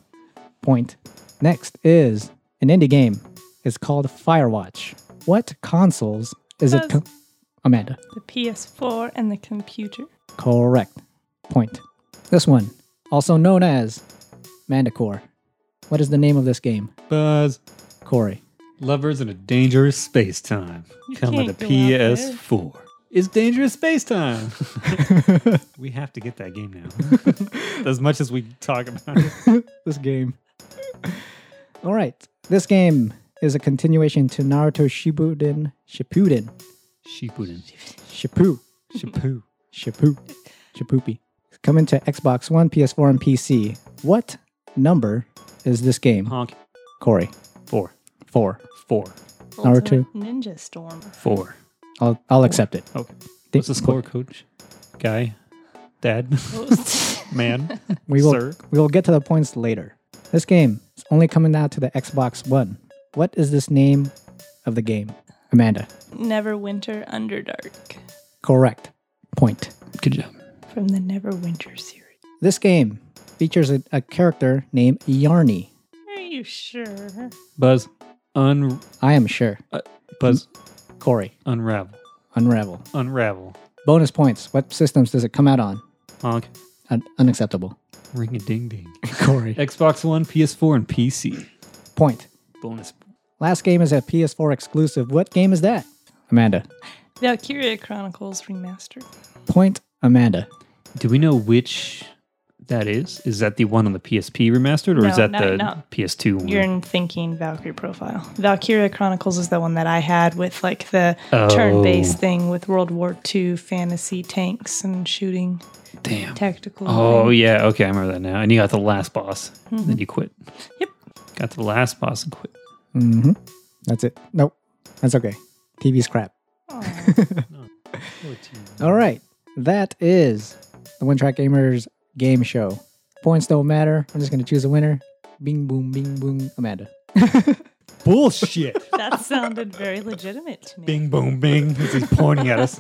Speaker 1: Point. Next is an indie game. It's called Firewatch. What consoles is it?
Speaker 2: Yes.
Speaker 1: Co- Amanda.
Speaker 2: The PS4 and the computer.
Speaker 1: Correct. Point. This one, also known as Manticore. What is the name of this game?
Speaker 3: Buzz.
Speaker 1: Corey.
Speaker 3: Lovers in a dangerous space time.
Speaker 2: You
Speaker 3: Coming to
Speaker 2: can't go out there.
Speaker 3: PS4. It's dangerous space time. we have to get that game now. as much as we talk about it.
Speaker 1: this game. All right. This game is a continuation to Naruto Shippuden. Shippuden.
Speaker 3: Shippuden.
Speaker 1: Shippu.
Speaker 3: Shippu.
Speaker 1: Shippu. Shippoopy. Coming to Xbox One, PS4, and PC. What number is this game?
Speaker 3: Honk.
Speaker 1: Corey.
Speaker 3: Four.
Speaker 1: Four.
Speaker 3: Four.
Speaker 1: Number two.
Speaker 2: Ultimate Ninja Stormer.
Speaker 3: Four.
Speaker 1: I'll, I'll accept it.
Speaker 3: Okay.
Speaker 1: Thi-
Speaker 3: What's the score, coach? Guy? Dad? Man?
Speaker 1: We will
Speaker 3: Sir?
Speaker 1: we will get to the points later. This game is only coming out to the Xbox One. What is this name of the game? Amanda.
Speaker 2: Neverwinter Underdark
Speaker 1: Correct. Point.
Speaker 3: Good job.
Speaker 2: from the Neverwinter series.
Speaker 1: This game features a, a character named Yarny.
Speaker 2: Are you sure?
Speaker 3: Buzz. Un.
Speaker 1: I am sure.
Speaker 3: Buzz.
Speaker 1: Corey.
Speaker 3: Unravel.
Speaker 1: Unravel.
Speaker 3: Unravel.
Speaker 1: Bonus points. What systems does it come out on?
Speaker 3: Honk.
Speaker 1: Un- unacceptable.
Speaker 3: Ring a ding ding.
Speaker 1: Corey.
Speaker 3: Xbox One, PS4, and PC.
Speaker 1: Point.
Speaker 3: Bonus.
Speaker 1: Last game is a PS4 exclusive. What game is that? Amanda.
Speaker 2: Valkyria Chronicles Remastered.
Speaker 3: Mm-hmm.
Speaker 1: Point. Amanda.
Speaker 3: Do we know which that is? Is that the one on the PSP remastered, or
Speaker 2: No,
Speaker 3: is that
Speaker 2: no,
Speaker 3: the
Speaker 2: no.
Speaker 3: PS2 one?
Speaker 2: You're thinking Valkyrie Profile. Valkyria Chronicles is the one that I had with like the
Speaker 3: Oh.
Speaker 2: turn-based thing with World War II fantasy tanks and shooting
Speaker 3: Damn.
Speaker 2: tactical.
Speaker 3: Oh
Speaker 2: thing.
Speaker 3: yeah. Okay, I remember that now. And you got the last boss. Then you quit.
Speaker 2: Mm-hmm. Yep.
Speaker 3: Got the last boss and quit.
Speaker 1: Mm-hmm. That's it. Nope. That's okay. TV's crap.
Speaker 2: Aw.
Speaker 3: Oh,
Speaker 1: All right. That is the One Track Gamers game show. Points don't matter. I'm just going to choose a winner. Bing, boom, bing, boom. Amanda.
Speaker 3: Bullshit.
Speaker 2: that sounded very legitimate to me.
Speaker 3: bing boom bing. As he's pointing at us.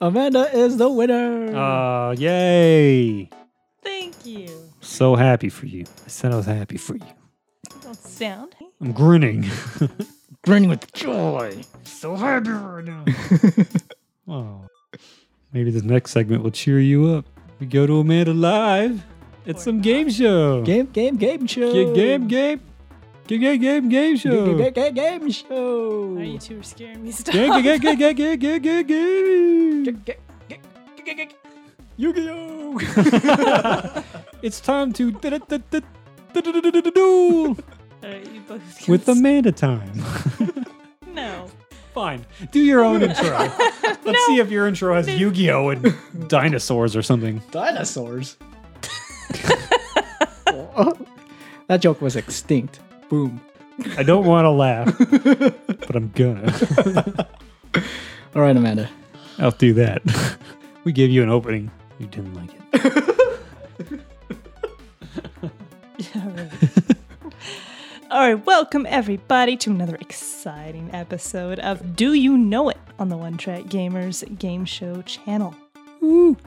Speaker 1: Amanda is the winner.
Speaker 3: Ah, yay!
Speaker 2: Thank you.
Speaker 3: So happy for you. I said I was happy for you.
Speaker 2: You Don't sound.
Speaker 3: I'm grinning.
Speaker 1: Grinning with
Speaker 3: Joy. So happy right now. oh. Maybe this next segment will cheer you up. We go to Amanda Live. It's some game show.
Speaker 1: game, game, game show.
Speaker 3: Ga- game, game, game, game, game, game show.
Speaker 1: Game,
Speaker 3: Game,
Speaker 1: game, game, game show.
Speaker 2: Are you two are scaring me? Stop.
Speaker 3: game, game, game, game, game, game, game. Yu-Gi-Oh! it's time to duel
Speaker 2: All right, you both
Speaker 3: with Amanda time.
Speaker 2: no.
Speaker 3: Fine. Do your own intro. Let's see if your intro has Yu Gi Oh! and dinosaurs or something.
Speaker 1: Dinosaurs. that joke was extinct. Boom.
Speaker 3: I don't want to laugh, but I'm gonna.
Speaker 1: All right, Amanda.
Speaker 3: I'll do that. we gave you an opening. You didn't like it.
Speaker 2: All right. All right, welcome everybody to another exciting episode of Do You Know It on the One Track Gamers Game Show channel.
Speaker 1: Oh,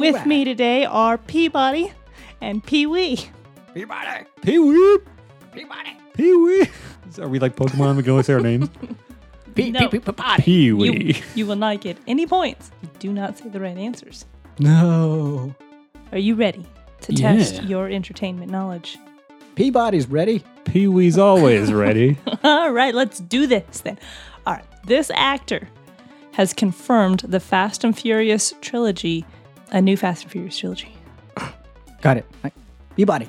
Speaker 2: With me today are Peabody and Pee Wee.
Speaker 1: Peabody.
Speaker 3: Pee Wee!
Speaker 1: Peabody.
Speaker 3: Pee Wee! Are we like Pokemon? We can only say our names?
Speaker 1: Pee,
Speaker 2: No.
Speaker 1: pee, pee, potty.
Speaker 3: Pee
Speaker 2: You,
Speaker 3: Wee.
Speaker 2: you will not get any points. if You do not say the right answers.
Speaker 1: No.
Speaker 2: Are you ready to
Speaker 3: Yeah.
Speaker 2: test your entertainment knowledge?
Speaker 1: Peabody's ready.
Speaker 3: Pee Wee's always ready.
Speaker 2: All right, let's do this then. All right, this actor has confirmed the Fast and Furious trilogy, a new Fast and Furious trilogy.
Speaker 1: Got it. Right. Peabody.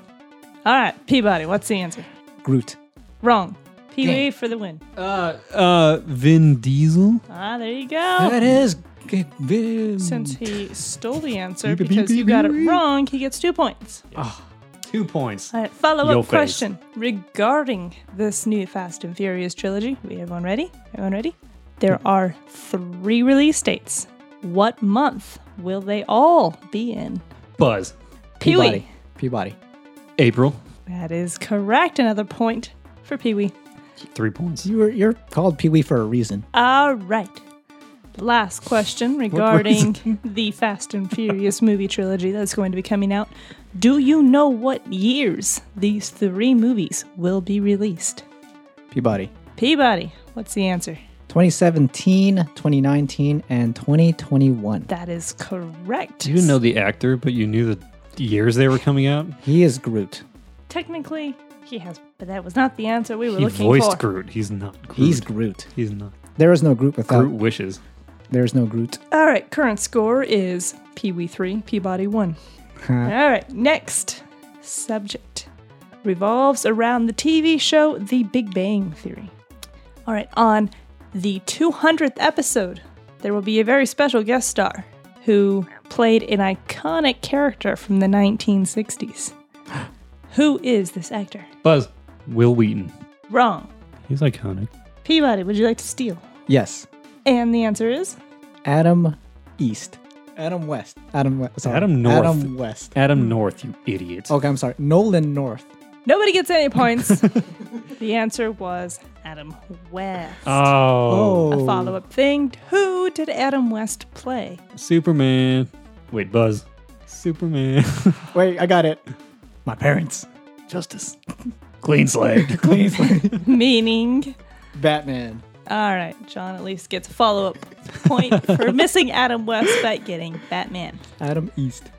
Speaker 2: All right, Peabody, what's the answer?
Speaker 1: Groot.
Speaker 2: Wrong. Pee
Speaker 1: Dang.
Speaker 2: Wee for the win.
Speaker 3: Uh, uh, Vin Diesel?
Speaker 2: Ah, there you go.
Speaker 1: That is good. Vim.
Speaker 2: Since he stole the answer
Speaker 3: Beep, beep,
Speaker 2: because
Speaker 3: beep,
Speaker 2: you got it
Speaker 3: beep, beep.
Speaker 2: wrong, he gets two points.
Speaker 3: Two points.
Speaker 2: All right, follow
Speaker 3: Your
Speaker 2: up
Speaker 3: face.
Speaker 2: question regarding this new Fast and Furious trilogy. We everyone ready? Everyone ready? There are three release dates. What month will they all be in?
Speaker 3: Buzz.
Speaker 2: Pee
Speaker 1: Peabody.
Speaker 2: Wee.
Speaker 1: Peabody.
Speaker 3: April.
Speaker 2: That is correct. Another point for Pee Wee.
Speaker 3: Three points.
Speaker 1: You were, you're called Pee Wee for a reason.
Speaker 2: All right. last question regarding the Fast and Furious movie trilogy that's going to be coming out. Do you know what years these three movies will be released?
Speaker 1: Peabody.
Speaker 2: Peabody, what's the answer?
Speaker 1: 2017, 2019, and 2021.
Speaker 2: That is correct.
Speaker 3: You didn't know the actor, but you knew the years they were coming out.
Speaker 1: He is Groot.
Speaker 2: Technically, he has, but that was not the answer we were
Speaker 3: He
Speaker 2: looking
Speaker 3: voiced
Speaker 2: for.
Speaker 3: Groot. He's not Groot.
Speaker 1: He's Groot.
Speaker 3: He's not.
Speaker 1: There is no Groot without.
Speaker 3: Groot wishes.
Speaker 1: There is no Groot.
Speaker 2: All right, current score is Pee Wee 3, Peabody 1. All right, next subject revolves around the TV show The Big Bang Theory. All right, on the 200th episode, there will be a very special guest star who played an iconic character from the 1960s. who is this actor?
Speaker 3: Buzz. Will Wheaton.
Speaker 2: Wrong.
Speaker 3: He's iconic.
Speaker 2: Peabody, would you like to steal?
Speaker 1: Yes.
Speaker 2: And the answer is
Speaker 1: Adam East. Adam West. Adam West. sorry.
Speaker 3: Adam North.
Speaker 1: Adam West.
Speaker 3: Adam North, you idiot.
Speaker 1: Okay, I'm sorry. Nolan North.
Speaker 2: nobody gets any points. the answer was Adam West.
Speaker 3: Oh,
Speaker 2: a follow up thing. Who did Adam West play?
Speaker 3: Superman. Wait, Buzz. Superman.
Speaker 1: Oh. Wait, I got it. My parents.
Speaker 3: Justice. Clean slate.
Speaker 1: Please.
Speaker 2: Meaning.
Speaker 1: Batman.
Speaker 2: All right, John at least gets a follow up point for missing Adam West but getting Batman.
Speaker 1: Adam East.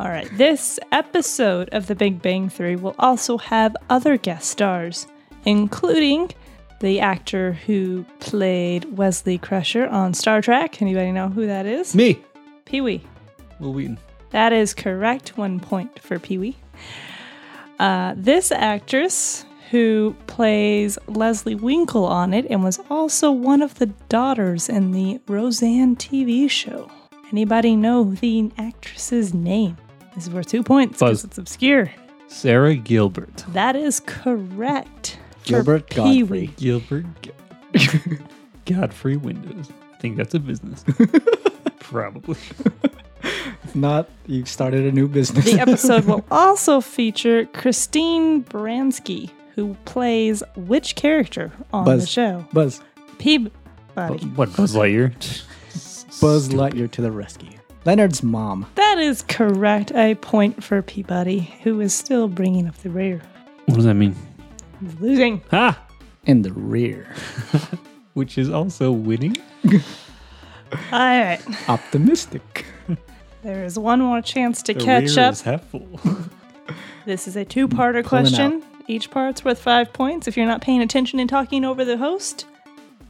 Speaker 2: All right, this episode of The Big Bang Theory will also have other guest stars, including the actor who played Wesley Crusher on Star Trek. Anybody know who that is?
Speaker 3: Me.
Speaker 2: Pee Wee.
Speaker 3: Will Wheaton.
Speaker 2: That is correct. One point for Pee Wee. Uh, this actress who plays Leslie Winkle on it and was also one of the daughters in the Roseanne TV show. Anybody know the actress's name? This is worth two points because
Speaker 3: Buzz.
Speaker 2: it's obscure.
Speaker 3: Sarah Gilbert.
Speaker 2: That is correct. for
Speaker 1: Gilbert
Speaker 2: Pee-wee.
Speaker 1: Godfrey.
Speaker 3: Gilbert. Godfrey Windows. I think that's a business. Probably.
Speaker 1: If not, you started a new business.
Speaker 2: The episode will also feature Christine Baranski, who plays which character on the
Speaker 1: Buzz.
Speaker 2: show?
Speaker 1: Buzz.
Speaker 2: Peabody.
Speaker 3: What, Buzz Lightyear?
Speaker 1: Buzz Lightyear to the rescue. Leonard's mom.
Speaker 2: That is correct. A point for Peabody, who is still bringing up the rear.
Speaker 3: What does that mean?
Speaker 2: He's losing.
Speaker 3: Ha!
Speaker 1: In the rear.
Speaker 3: Which is also winning.
Speaker 2: All right.
Speaker 1: Optimistic.
Speaker 2: There is one more chance to
Speaker 3: The
Speaker 2: catch
Speaker 3: rear
Speaker 2: up.
Speaker 3: is half full.
Speaker 2: This is a two
Speaker 1: Pulling
Speaker 2: parter question. Each part's worth five points. If you're not paying attention and talking over the host,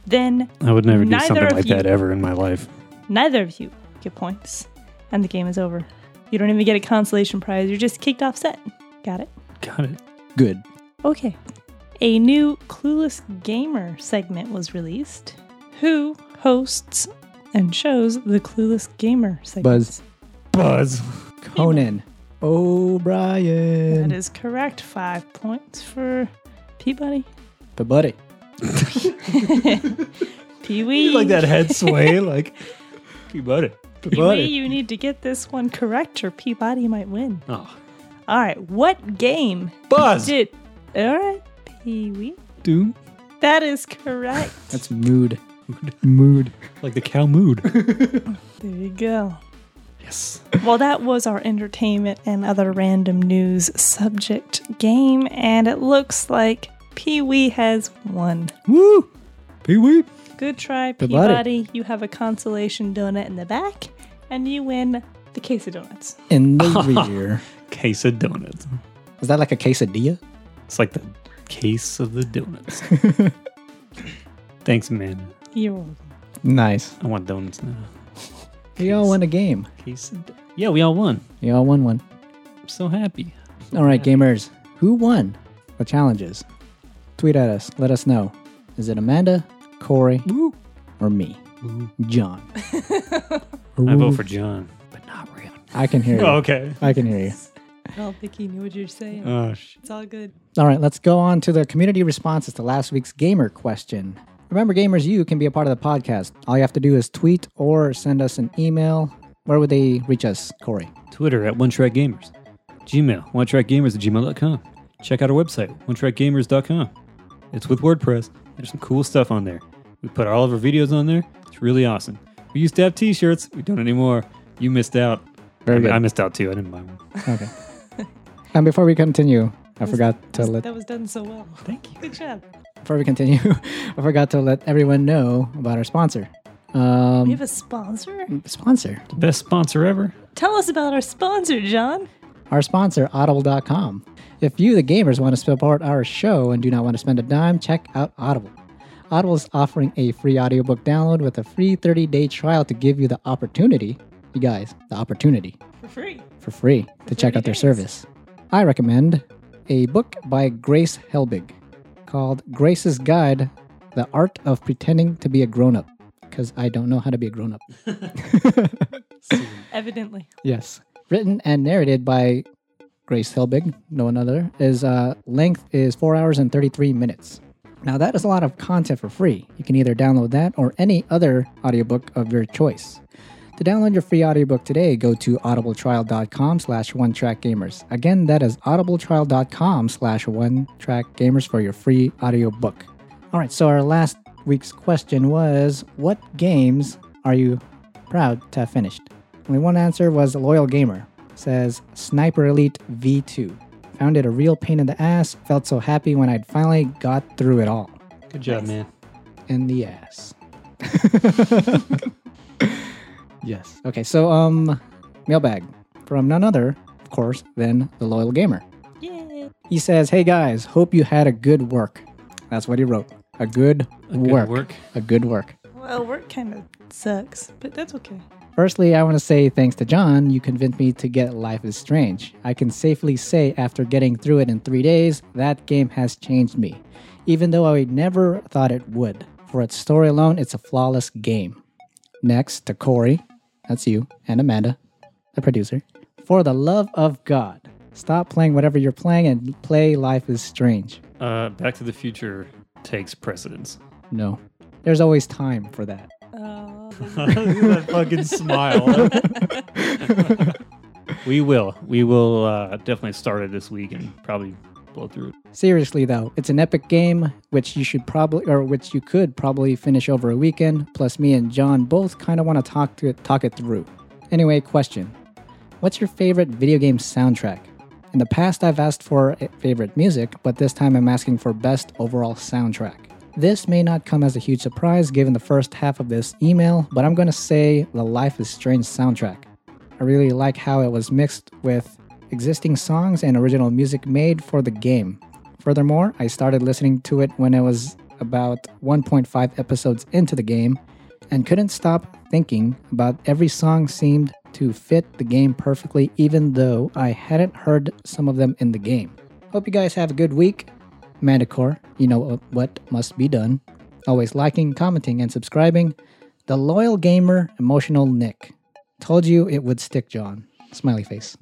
Speaker 2: then
Speaker 3: I would never do
Speaker 2: Neither
Speaker 3: something
Speaker 2: of
Speaker 3: like
Speaker 2: you.
Speaker 3: that ever in my life.
Speaker 2: neither of you get points. And the game is over. You don't even get a consolation prize. You're just kicked off set. Got it?
Speaker 3: Got it.
Speaker 1: Good.
Speaker 2: Okay. A new Clueless Gamer segment was released. Who hosts and shows the Clueless Gamer segment?
Speaker 1: Buzz.
Speaker 3: Buzz.
Speaker 1: Conan.
Speaker 2: That
Speaker 1: O'Brien.
Speaker 2: is correct. Five points for Peabody.
Speaker 1: The buddy.
Speaker 2: Pee Wee.
Speaker 3: like that head sway, like you about it.
Speaker 2: Pee Wee, you need to get this one correct or Peabody might win.
Speaker 3: Oh.
Speaker 2: All right. What game
Speaker 3: Buzz.
Speaker 2: did. All right. Pee Wee.
Speaker 3: Doom.
Speaker 2: That is correct.
Speaker 1: That's mood. mood.
Speaker 3: Like the cow mood.
Speaker 2: There you go.
Speaker 3: yes.
Speaker 2: Well, that was our entertainment and other random news subject game, and it looks like Pee Wee has won.
Speaker 3: Woo. Pee wee.
Speaker 2: Good try,
Speaker 1: Peabody.
Speaker 2: Peabody. You have a consolation donut in the back, and you win the case of donuts.
Speaker 1: In the rear.
Speaker 3: Case of donuts.
Speaker 1: Is that like a quesadilla?
Speaker 3: It's like the case of the donuts. Thanks, man.
Speaker 2: You're welcome.
Speaker 1: Nice.
Speaker 3: I want donuts now.
Speaker 1: We all won a game.
Speaker 3: Case of do- yeah, we all won.
Speaker 1: You all won one.
Speaker 3: I'm so happy.
Speaker 1: All right, gamers. Who won the challenges? Tweet at us. Let us know. Is it Amanda, Corey,
Speaker 3: Woo.
Speaker 1: or me? John.
Speaker 3: I vote for John, but not real.
Speaker 1: I can hear you.
Speaker 3: Oh, okay.
Speaker 1: I can hear you.
Speaker 2: I don't think he knew what you're saying.
Speaker 3: Oh, sh-
Speaker 2: it's all good.
Speaker 1: All right, let's go on to the community responses to last week's gamer question. Remember, gamers, you can be a part of the podcast. All you have to do is tweet or send us an email. Where would they reach us, Corey?
Speaker 3: Twitter at One Track Gamers, Gmail, One Track Gamers at gmail.com. Check out our website, OneTrackGamers.com. It's with WordPress. There's some cool stuff on there. We put all of our videos on there. It's really awesome. We used to have T-shirts. We don't anymore. You missed out.
Speaker 1: Very
Speaker 3: I,
Speaker 1: good.
Speaker 3: I missed out too. I didn't buy one.
Speaker 1: Okay. and before we continue, I forgot to let
Speaker 2: That was done so well. Thank you. Good job.
Speaker 1: before we continue, I forgot to let everyone know about our sponsor.
Speaker 2: We
Speaker 1: Um,
Speaker 2: have a sponsor?
Speaker 1: sponsor.
Speaker 3: The best sponsor ever.
Speaker 2: Tell us about our sponsor, John.
Speaker 1: Our sponsor, Audible.com. If you, the gamers, want to support our show and do not want to spend a dime, check out Audible. Audible is offering a free audiobook download with a free 30 day trial to give you the opportunity, you guys, the opportunity
Speaker 2: For free.
Speaker 1: for free to check out their
Speaker 2: 30 days.
Speaker 1: service. I recommend a book by Grace Helbig called Grace's Guide The Art of Pretending to Be a Grown Up, because I don't know how to be a grown up.
Speaker 2: Evidently.
Speaker 1: Yes. Written and narrated by Grace Helbig, no one other, is uh, length is four hours and 33 minutes. Now, that is a lot of content for free. You can either download that or any other audiobook of your choice. To download your free audiobook today, go to audibletrial.com slash one track gamers. Again, that is audibletrial.com slash one track gamers for your free audiobook. All right, so our last week's question was what games are you proud to have finished? Only one answer was a loyal gamer. Says Sniper Elite V2. Found it a real pain in the ass. Felt so happy when I'd finally got through it all.
Speaker 3: Good job, man.
Speaker 1: In the ass. yes. Okay, so um mailbag from none other, of course, than the loyal gamer.
Speaker 2: Yeah.
Speaker 1: He says, Hey guys, hope you had a good work. That's what he wrote. A good,
Speaker 3: good
Speaker 1: work.
Speaker 3: work.
Speaker 1: A good work.
Speaker 2: Well, work kind of sucks, but that's okay.
Speaker 1: Firstly, I want to say thanks to John, you convinced me to get Life is Strange. I can safely say, after getting through it in three days, that game has changed me, even though I never thought it would. For its story alone, it's a flawless game. Next, to Corey, that's you, and Amanda, the producer. For the love of God, stop playing whatever you're playing and play Life is Strange.
Speaker 3: Uh, Back to the Future takes precedence.
Speaker 1: No, there's always time for that.
Speaker 2: Oh,
Speaker 3: Look at that fucking smile. we will. We will uh, definitely start it this week and probably blow through it.
Speaker 1: Seriously though, it's an epic game which you should probably or which you could probably finish over a weekend. Plus, me and John both kind of want to talk to it, talk it through. Anyway, question: What's your favorite video game soundtrack? In the past, I've asked for a favorite music, but this time I'm asking for best overall soundtrack. This may not come as a huge surprise given the first half of this email, but I'm gonna say the Life is Strange soundtrack. I really like how it was mixed with existing songs and original music made for the game. Furthermore, I started listening to it when I was about 1.5 episodes into the game and couldn't stop thinking about every song seemed to fit the game perfectly even though I hadn't heard some of them in the game. Hope you guys have a good week. Manticore, you know what must be done. Always liking, commenting, and subscribing. The loyal gamer, emotional Nick. Told you it would stick, John. Smiley face.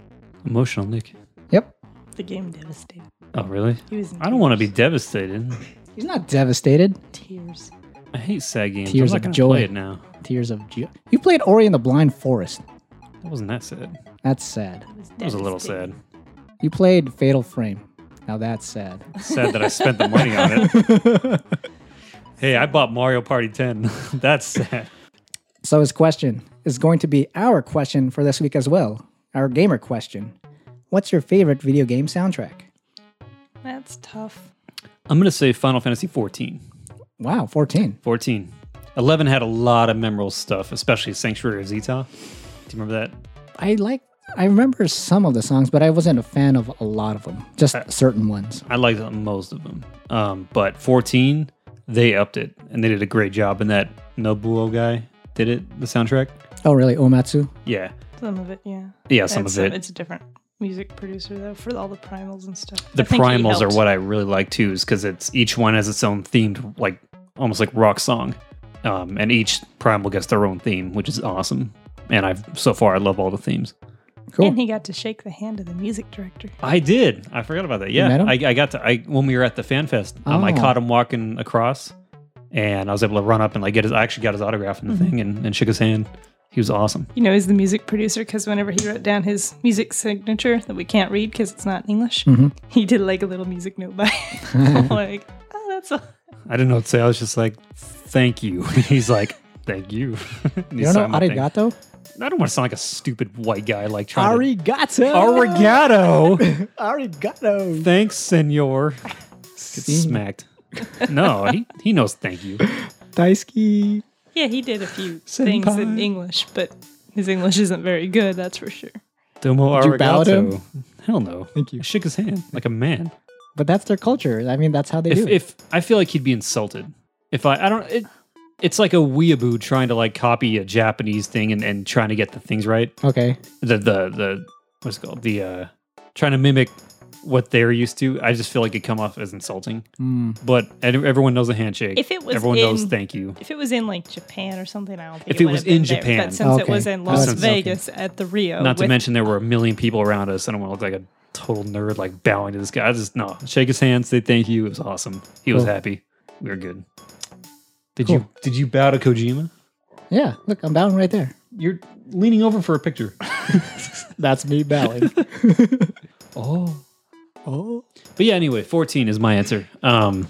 Speaker 3: Emotional, Nick.
Speaker 1: Yep.
Speaker 2: the game devastated.
Speaker 3: Oh, really?
Speaker 2: He was in
Speaker 3: I don't want to be devastated.
Speaker 1: He's not devastated.
Speaker 2: tears.
Speaker 3: I hate sad games.
Speaker 1: Tears
Speaker 3: I'm
Speaker 1: of
Speaker 3: not gonna
Speaker 1: joy.
Speaker 3: play it now.
Speaker 1: Tears of joy. You played Ori in the Blind Forest.
Speaker 3: That wasn't that sad.
Speaker 1: That's sad.
Speaker 2: It was,
Speaker 3: That was a little sad.
Speaker 1: You played Fatal Frame. Now that's sad.
Speaker 3: Sad that I spent the money on it. hey, I bought Mario Party 10. That's sad.
Speaker 1: So his question is going to be our question for this week as well. Our gamer question. What's your favorite video game soundtrack?
Speaker 2: That's tough.
Speaker 3: I'm going to say Final Fantasy 14.
Speaker 1: Wow, 14.
Speaker 3: 14. 11 had a lot of memorable stuff, especially Sanctuary of Zeta. Do you remember that?
Speaker 1: I like I remember some of the songs, but I wasn't a fan of a lot of them. Just certain ones.
Speaker 3: I liked most of them. Um, but 14, they upped it and they did a great job. And that Nobuo guy did it, the soundtrack.
Speaker 1: Oh really? Omatsu?
Speaker 3: Yeah.
Speaker 2: Some of it, yeah.
Speaker 3: Yeah, some
Speaker 2: It's
Speaker 3: of
Speaker 2: a-
Speaker 3: it.
Speaker 2: It's a different music producer though for all the primals and stuff.
Speaker 3: the
Speaker 2: I think he
Speaker 3: primals are
Speaker 2: helped.
Speaker 3: what I really like too, is because it's each one has its own themed, like almost like rock song, um, and each primal gets their own theme, which is awesome. And I've so far I love all the themes.
Speaker 1: Cool.
Speaker 2: And he got to shake the hand of the music director.
Speaker 3: I did. I forgot about that.
Speaker 1: met
Speaker 3: Yeah,
Speaker 1: him?
Speaker 3: I, I got to. I when we were at the fan fest, um, I
Speaker 1: Oh.
Speaker 3: caught him walking across, and I was able to run up and like get his. I actually got his autograph
Speaker 1: Mm-hmm.
Speaker 3: and the thing, and, and shook his hand. He was awesome.
Speaker 2: You know, he's the music producer because whenever he wrote down his music signature that we can't read because it's not in English, he did like a little music note by like, oh, that's a,
Speaker 3: I didn't know what to say. I was just like, thank you. He's like, thank you. And he
Speaker 1: You don't know
Speaker 3: signed my thing.
Speaker 1: arigato?
Speaker 3: I don't want to sound like a stupid white guy like trying to-
Speaker 1: Arigato.
Speaker 3: Arigato.
Speaker 1: Arigato.
Speaker 3: Thanks, senor. Get smacked. No, he, he knows thank you.
Speaker 1: Daisuke.
Speaker 2: Yeah, he did a few things in
Speaker 3: Senpai.
Speaker 2: English, but his English isn't very good, that's for sure.
Speaker 3: Domo
Speaker 1: Did you bow to
Speaker 3: arigato. Hell no.
Speaker 1: Thank you.
Speaker 3: I shook his hand like a man.
Speaker 1: But that's their culture. I mean, that's how they
Speaker 3: If,
Speaker 1: do it.
Speaker 3: if I feel like he'd be insulted. If I I don't it, it's like a weeaboo trying to like copy a Japanese thing and, and trying to get the things right.
Speaker 1: okay.
Speaker 3: the the the what's it called the uh trying to mimic what they're used to i just feel like it come off as insulting
Speaker 1: Mm.
Speaker 3: but ed- everyone knows a handshake
Speaker 2: If it was
Speaker 3: everyone knows
Speaker 2: in-
Speaker 3: thank you
Speaker 2: If it was in like Japan or something, I don't think
Speaker 3: If it
Speaker 2: would
Speaker 3: was
Speaker 2: have been
Speaker 3: in
Speaker 2: there.
Speaker 3: Japan.
Speaker 2: But since it
Speaker 1: Okay.
Speaker 2: was in
Speaker 1: Oh,
Speaker 2: Las
Speaker 3: that's- okay.
Speaker 2: Vegas at the Rio,
Speaker 3: not
Speaker 2: uh,
Speaker 3: to
Speaker 2: with-
Speaker 3: mention there were a million people around us i don't want to look like a total nerd like bowing to this guy i just no shake his hand say thank you it was awesome he was
Speaker 1: Cool.
Speaker 3: happy we were good did
Speaker 1: Cool.
Speaker 3: you did you bow to kojima
Speaker 1: Yeah. Look, I'm bowing right there.
Speaker 3: you're leaning over for a picture
Speaker 1: That's me bowing.
Speaker 3: oh
Speaker 1: oh.
Speaker 3: But yeah, anyway, 14 is my answer. Um,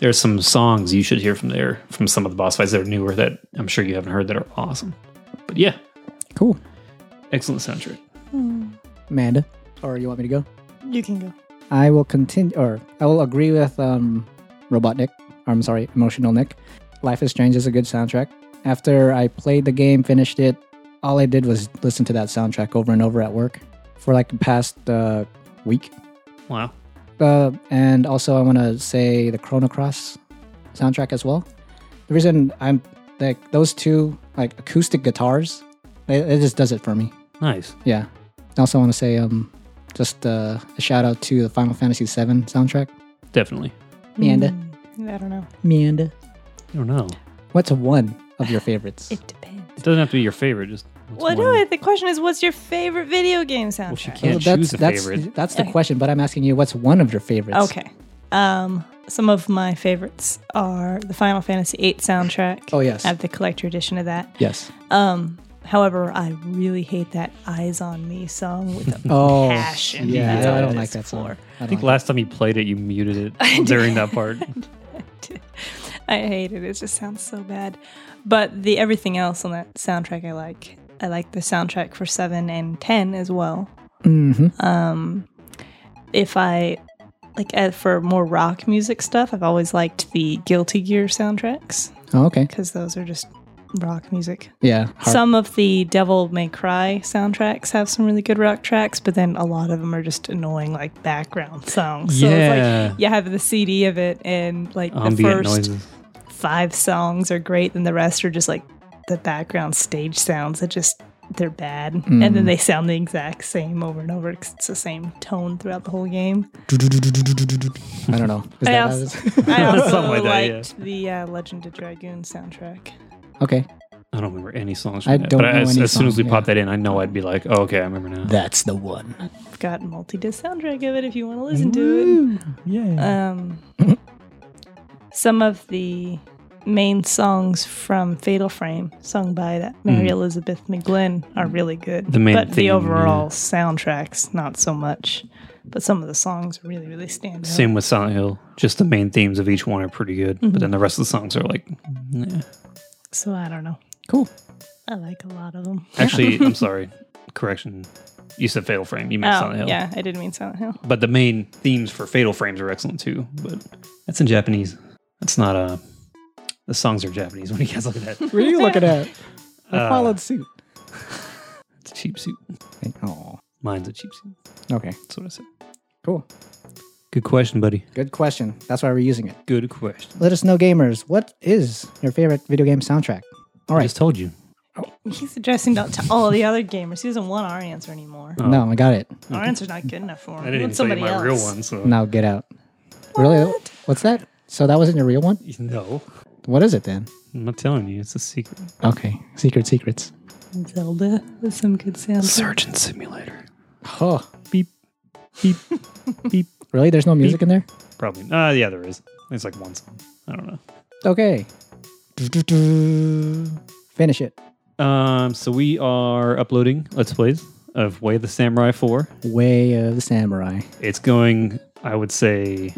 Speaker 3: there's some songs you should hear from there, from some of the boss fights that are newer that I'm sure you haven't heard that are awesome. But yeah,
Speaker 1: Cool.
Speaker 3: excellent soundtrack.
Speaker 1: Amanda. Or you want me to go?
Speaker 2: you can go.
Speaker 1: I will continue, or I will agree with um, Robotnik. I'm sorry, Emotional Nick. Life is Strange is a good soundtrack. After I played the game, finished it, all I did was listen to that soundtrack over and over at work for like the past uh, week.
Speaker 3: Wow.
Speaker 1: Uh, and also, I want to say the Chrono Cross soundtrack as well. The reason I'm like those two like acoustic guitars, it, it just does it for me.
Speaker 3: Nice.
Speaker 1: Yeah. I also want to say um, just uh, a shout out to the Final Fantasy VII soundtrack.
Speaker 3: Definitely.
Speaker 1: Amanda.
Speaker 2: Hmm. I don't know.
Speaker 1: Amanda.
Speaker 3: I don't know.
Speaker 1: What's one of your favorites?
Speaker 2: It depends.
Speaker 3: It doesn't have to be your favorite. Just what's
Speaker 2: Well,
Speaker 3: one-
Speaker 2: no, the question is, what's your favorite video game
Speaker 3: well,
Speaker 2: soundtrack?
Speaker 3: she
Speaker 1: Well,
Speaker 3: can't
Speaker 1: that's,
Speaker 3: choose a
Speaker 1: that's,
Speaker 3: favorite.
Speaker 1: That's the question, but I'm asking you, what's one of your favorites?
Speaker 2: okay. Um, some of my favorites are the Final Fantasy VIII soundtrack.
Speaker 1: Oh, yes.
Speaker 2: I have the collector edition of that.
Speaker 1: Yes.
Speaker 2: Um, however, I really hate that "Eyes on Me" song with a
Speaker 1: Oh,
Speaker 2: passion.
Speaker 1: yeah.
Speaker 2: That's
Speaker 1: I
Speaker 2: all
Speaker 1: don't
Speaker 2: it
Speaker 1: like
Speaker 2: is
Speaker 1: that song.
Speaker 2: for.
Speaker 1: I
Speaker 3: I
Speaker 1: don't
Speaker 3: think
Speaker 1: like
Speaker 3: last time you played it, you muted it during that part.
Speaker 2: I hate it. It just sounds so bad. But the everything else on that soundtrack, I like. I like the soundtrack for seven and ten as well.
Speaker 1: hmm
Speaker 2: um if i like uh, for more rock music stuff i've always liked the guilty gear soundtracks
Speaker 1: Oh, okay.
Speaker 2: because those are just rock music
Speaker 1: Yeah. Hard.
Speaker 2: some of the devil may cry soundtracks have some really good rock tracks but then a lot of them are just annoying like background songs so it's
Speaker 3: Yeah.
Speaker 2: like you have the cd of it and like the
Speaker 3: Ambient
Speaker 2: first
Speaker 3: noises.
Speaker 2: five songs are great then the rest are just like the background stage sounds that just they're bad and
Speaker 3: Mm.
Speaker 2: then they sound the exact same over and over 'cause it's the same tone throughout the whole game
Speaker 1: I don't know. Is
Speaker 2: I
Speaker 1: that how it
Speaker 2: also-
Speaker 1: is?
Speaker 2: I also
Speaker 3: Something like that,
Speaker 2: liked the uh, Legend of Dragoon soundtrack.
Speaker 1: okay.
Speaker 3: I don't remember any songs.
Speaker 1: I
Speaker 3: From that,
Speaker 1: don't
Speaker 3: but
Speaker 1: know
Speaker 3: as,
Speaker 1: any
Speaker 3: as soon as
Speaker 1: song,
Speaker 3: we
Speaker 1: yeah.
Speaker 3: popped that in, I know I'd be like, oh, okay, I remember now.
Speaker 1: That's the one.
Speaker 2: I've got multi-disc soundtrack of it if you want to listen to it.
Speaker 3: yeah.
Speaker 2: Um, some of the main songs from Fatal Frame, sung by that Mary
Speaker 3: Mm.
Speaker 2: Elizabeth McGlynn, are really good.
Speaker 3: The main
Speaker 2: but
Speaker 3: theme,
Speaker 2: the overall
Speaker 3: yeah.
Speaker 2: soundtracks, not so much. But some of the songs really, really stand out.
Speaker 3: Same with Silent Hill. Just the main themes of each one are pretty good, but
Speaker 2: Mm-hmm.
Speaker 3: then the rest of the songs are like, nah.
Speaker 2: So I don't know.
Speaker 1: Cool.
Speaker 2: I like a lot of them.
Speaker 3: actually, I'm sorry. Correction. You said Fatal Frame. You meant
Speaker 2: Oh,
Speaker 3: Silent Hill.
Speaker 2: yeah, I did mean Silent Hill.
Speaker 3: But the main themes for Fatal Frames are excellent too. But that's in Japanese. That's not Uh, the songs are Japanese. What do you guys look at that?
Speaker 1: What are you looking at? I
Speaker 3: Uh,
Speaker 1: followed suit.
Speaker 3: It's a cheap suit.
Speaker 1: Oh.
Speaker 3: Mine's a cheap suit.
Speaker 1: Okay.
Speaker 3: That's what I said.
Speaker 1: Cool.
Speaker 3: Good question, buddy.
Speaker 1: Good question. That's why we're using it.
Speaker 3: Good question.
Speaker 1: Let us know, gamers, what is your favorite video game soundtrack? All
Speaker 3: I
Speaker 1: right.
Speaker 3: just told you.
Speaker 2: He's addressing that to all the other gamers. He doesn't want our answer anymore.
Speaker 3: Oh.
Speaker 1: No, I got it.
Speaker 2: Our answer's not good enough for him.
Speaker 3: I
Speaker 2: He
Speaker 3: didn't even
Speaker 2: wants
Speaker 3: tell you
Speaker 2: somebody
Speaker 3: my
Speaker 2: else.
Speaker 3: real one. So
Speaker 1: Now get out. Really?
Speaker 2: What?
Speaker 1: What's that? So that wasn't your real one?
Speaker 3: no,
Speaker 1: What is it then?
Speaker 3: I'm not telling you. It's a secret.
Speaker 1: Okay. Secret secrets.
Speaker 2: Zelda with some good sounds.
Speaker 3: Surgeon Simulator.
Speaker 1: Oh,
Speaker 3: Beep, beep, beep.
Speaker 1: really? There's no music in there?
Speaker 3: Probably. Uh, yeah, there is. It's like one song. I don't know.
Speaker 1: Okay. Finish it.
Speaker 3: Um, so we are uploading Let's Plays of Way of the Samurai 4.
Speaker 1: Way of the Samurai.
Speaker 3: It's going, I would say,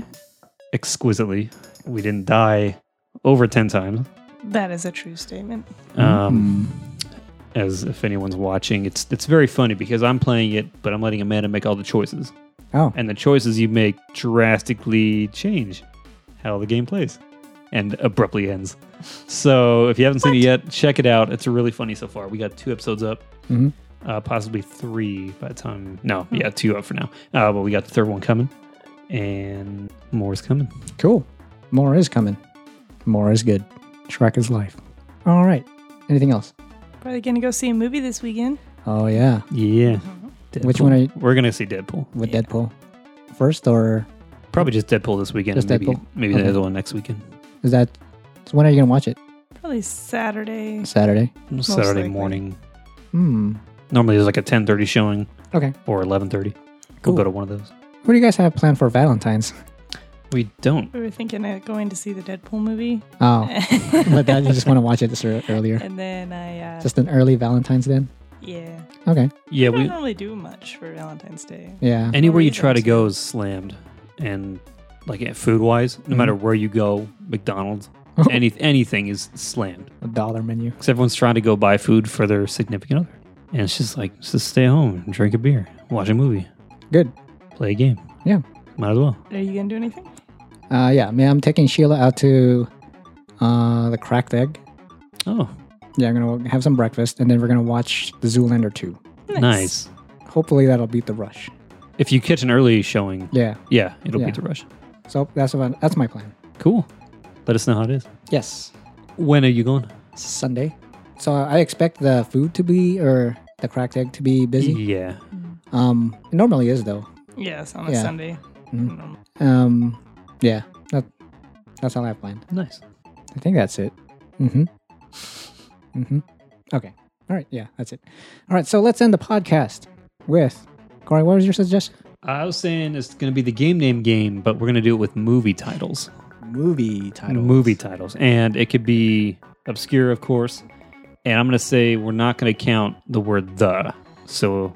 Speaker 3: exquisitely. we didn't die over 10 times.
Speaker 2: That is a true statement.
Speaker 1: Mm-hmm.
Speaker 3: Um, As if anyone's watching, it's it's very funny because I'm playing it, but I'm letting Amanda make all the choices,
Speaker 1: oh,
Speaker 3: and the choices you make drastically change how the game plays, and abruptly ends. So if you haven't seen it yet, check it out. It's really funny so far. We got two episodes up,
Speaker 1: Mhm.
Speaker 3: uh, possibly three by the time. Hmm. No, yeah, two up for now. Uh, but we got the third one coming, and more is coming.
Speaker 1: cool. More is coming. More is good. Shrek is life. All right. Anything else?
Speaker 2: Probably gonna go see a movie this weekend. Uh-huh.
Speaker 1: Oh yeah,
Speaker 3: Yeah.
Speaker 1: Which one are you-
Speaker 3: We're gonna see Deadpool.
Speaker 1: with Deadpool first, or
Speaker 3: Probably just Deadpool this weekend.
Speaker 1: Just
Speaker 3: and maybe
Speaker 1: Deadpool?
Speaker 3: maybe
Speaker 1: Okay.
Speaker 3: the other one next weekend.
Speaker 1: is that? So when are you gonna watch it?
Speaker 2: Probably Saturday.
Speaker 1: Saturday.
Speaker 3: Saturday
Speaker 2: likely.
Speaker 3: morning.
Speaker 1: Hmm.
Speaker 3: Normally there's like a ten thirty showing
Speaker 1: Okay.
Speaker 3: or eleven thirty.
Speaker 1: Cool.
Speaker 3: We'll go to one of those.
Speaker 1: What do you guys have planned for Valentine's?
Speaker 3: We don't.
Speaker 2: We were thinking of going to see the Deadpool movie.
Speaker 1: Oh, but that you just want to watch it this ear- earlier.
Speaker 2: and then I, uh,
Speaker 1: Just an early Valentine's then.
Speaker 2: yeah.
Speaker 1: Okay.
Speaker 3: Yeah,
Speaker 2: We
Speaker 3: we
Speaker 2: don't normally do much for Valentine's Day.
Speaker 1: Yeah.
Speaker 3: anywhere you try to
Speaker 2: reasons.
Speaker 3: go is slammed, and like food wise, no
Speaker 1: Mhm.
Speaker 3: matter where you go, McDonald's, any anything is slammed
Speaker 1: A dollar menu.
Speaker 3: because everyone's trying to go buy food for their significant other, and it's just like just stay home, and drink a beer, watch a movie,
Speaker 1: Good.
Speaker 3: play a game.
Speaker 1: Yeah.
Speaker 3: might as well.
Speaker 2: Are you gonna do anything?
Speaker 1: Uh, yeah. I mean, I'm taking Sheila out to uh, the cracked egg.
Speaker 3: Oh,
Speaker 1: Yeah, I'm gonna have some breakfast, and then we're gonna watch the Zoolander 2.
Speaker 3: nice.
Speaker 1: Hopefully, that'll beat the rush.
Speaker 3: If you catch an early showing,
Speaker 1: Yeah.
Speaker 3: yeah, it'll
Speaker 1: Yeah.
Speaker 3: beat the rush.
Speaker 1: So that's about, that's my plan.
Speaker 3: Cool. Let us know how it is.
Speaker 1: Yes.
Speaker 3: When are you going?
Speaker 1: Sunday. So I expect the food to be or the cracked egg to be busy.
Speaker 3: Yeah.
Speaker 1: Um, it normally is though.
Speaker 2: Yes, on a
Speaker 1: Yeah.
Speaker 2: Sunday.
Speaker 1: Mhm.
Speaker 2: Mm.
Speaker 1: Um, yeah. That, that's all I have planned.
Speaker 3: Nice.
Speaker 1: I think that's it. Mm-hmm. Mm-hmm. Okay. All right. Yeah, that's it. All right. So let's end the podcast with Corey. What was your suggestion?
Speaker 3: I was saying it's going to be the game name game, but we're going to do it with movie titles.
Speaker 1: Movie title.
Speaker 3: Movie titles. And it could be obscure, of course. And I'm going to say we're not going to count the word the. So,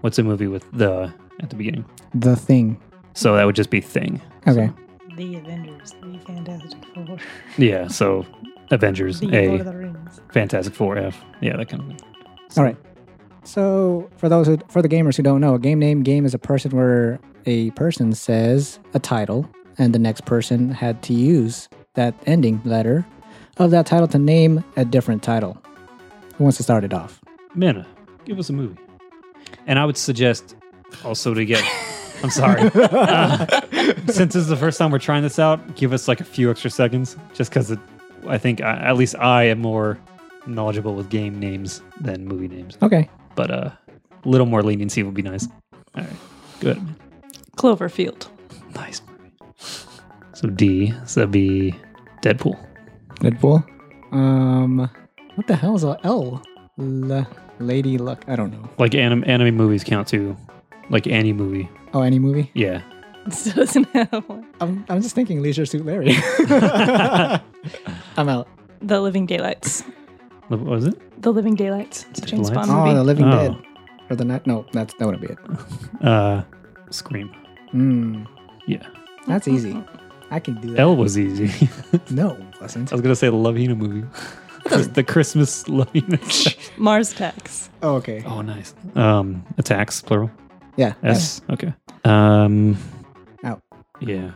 Speaker 3: what's a movie with the at the beginning?
Speaker 1: The thing.
Speaker 3: So, that would just be thing.
Speaker 1: Okay.
Speaker 2: The Avengers, the Fantastic Four,
Speaker 3: Yeah. So, Avengers,
Speaker 2: the Lord of
Speaker 3: A,
Speaker 2: the Rings.
Speaker 3: Fantastic Four, F. Yeah, that kind of thing.
Speaker 1: All right. So for those who, for the gamers who don't know, a game name game is a person where a person says a title, and the next person had to use that ending letter of that title to name a different title. Who wants to start it off?
Speaker 3: Minna, give us a movie. And I would suggest also to get. I'm sorry. Uh, since this is the first time we're trying this out, give us like a few extra seconds, just because I think I, at least I am more knowledgeable with game names than movie names.
Speaker 1: Okay.
Speaker 3: But uh, a little more leniency would be nice. All right, good,
Speaker 2: Cloverfield.
Speaker 3: nice. So D, so that'd be Deadpool.
Speaker 1: Deadpool. Um, what the hell is a L? L- Lady Luck. I don't know.
Speaker 3: Like anim- anime movies count too, like any movie.
Speaker 1: Oh, any movie?
Speaker 3: Yeah.
Speaker 2: This doesn't have one.
Speaker 1: I'm, I'm just thinking Leisure Suit Larry. I'm out.
Speaker 2: The Living Daylights.
Speaker 3: What was it?
Speaker 2: The Living Daylights. It's a James
Speaker 3: Daylights?
Speaker 2: Bond
Speaker 1: Oh,
Speaker 2: movie.
Speaker 1: The Living
Speaker 3: Oh.
Speaker 1: Dead. Or the night? No, that's that wouldn't be it.
Speaker 3: Uh, Scream.
Speaker 1: Mm,
Speaker 3: Yeah.
Speaker 1: that's easy. I can do that.
Speaker 3: L was easy.
Speaker 1: No, it wasn't.
Speaker 3: I was gonna say the Lovina movie, the Christmas Lovina.
Speaker 2: Mars Attacks.
Speaker 1: Oh, okay.
Speaker 3: oh, nice. Um, attacks plural.
Speaker 1: Yeah.
Speaker 3: S. Okay. Um.
Speaker 1: Out.
Speaker 3: Yeah.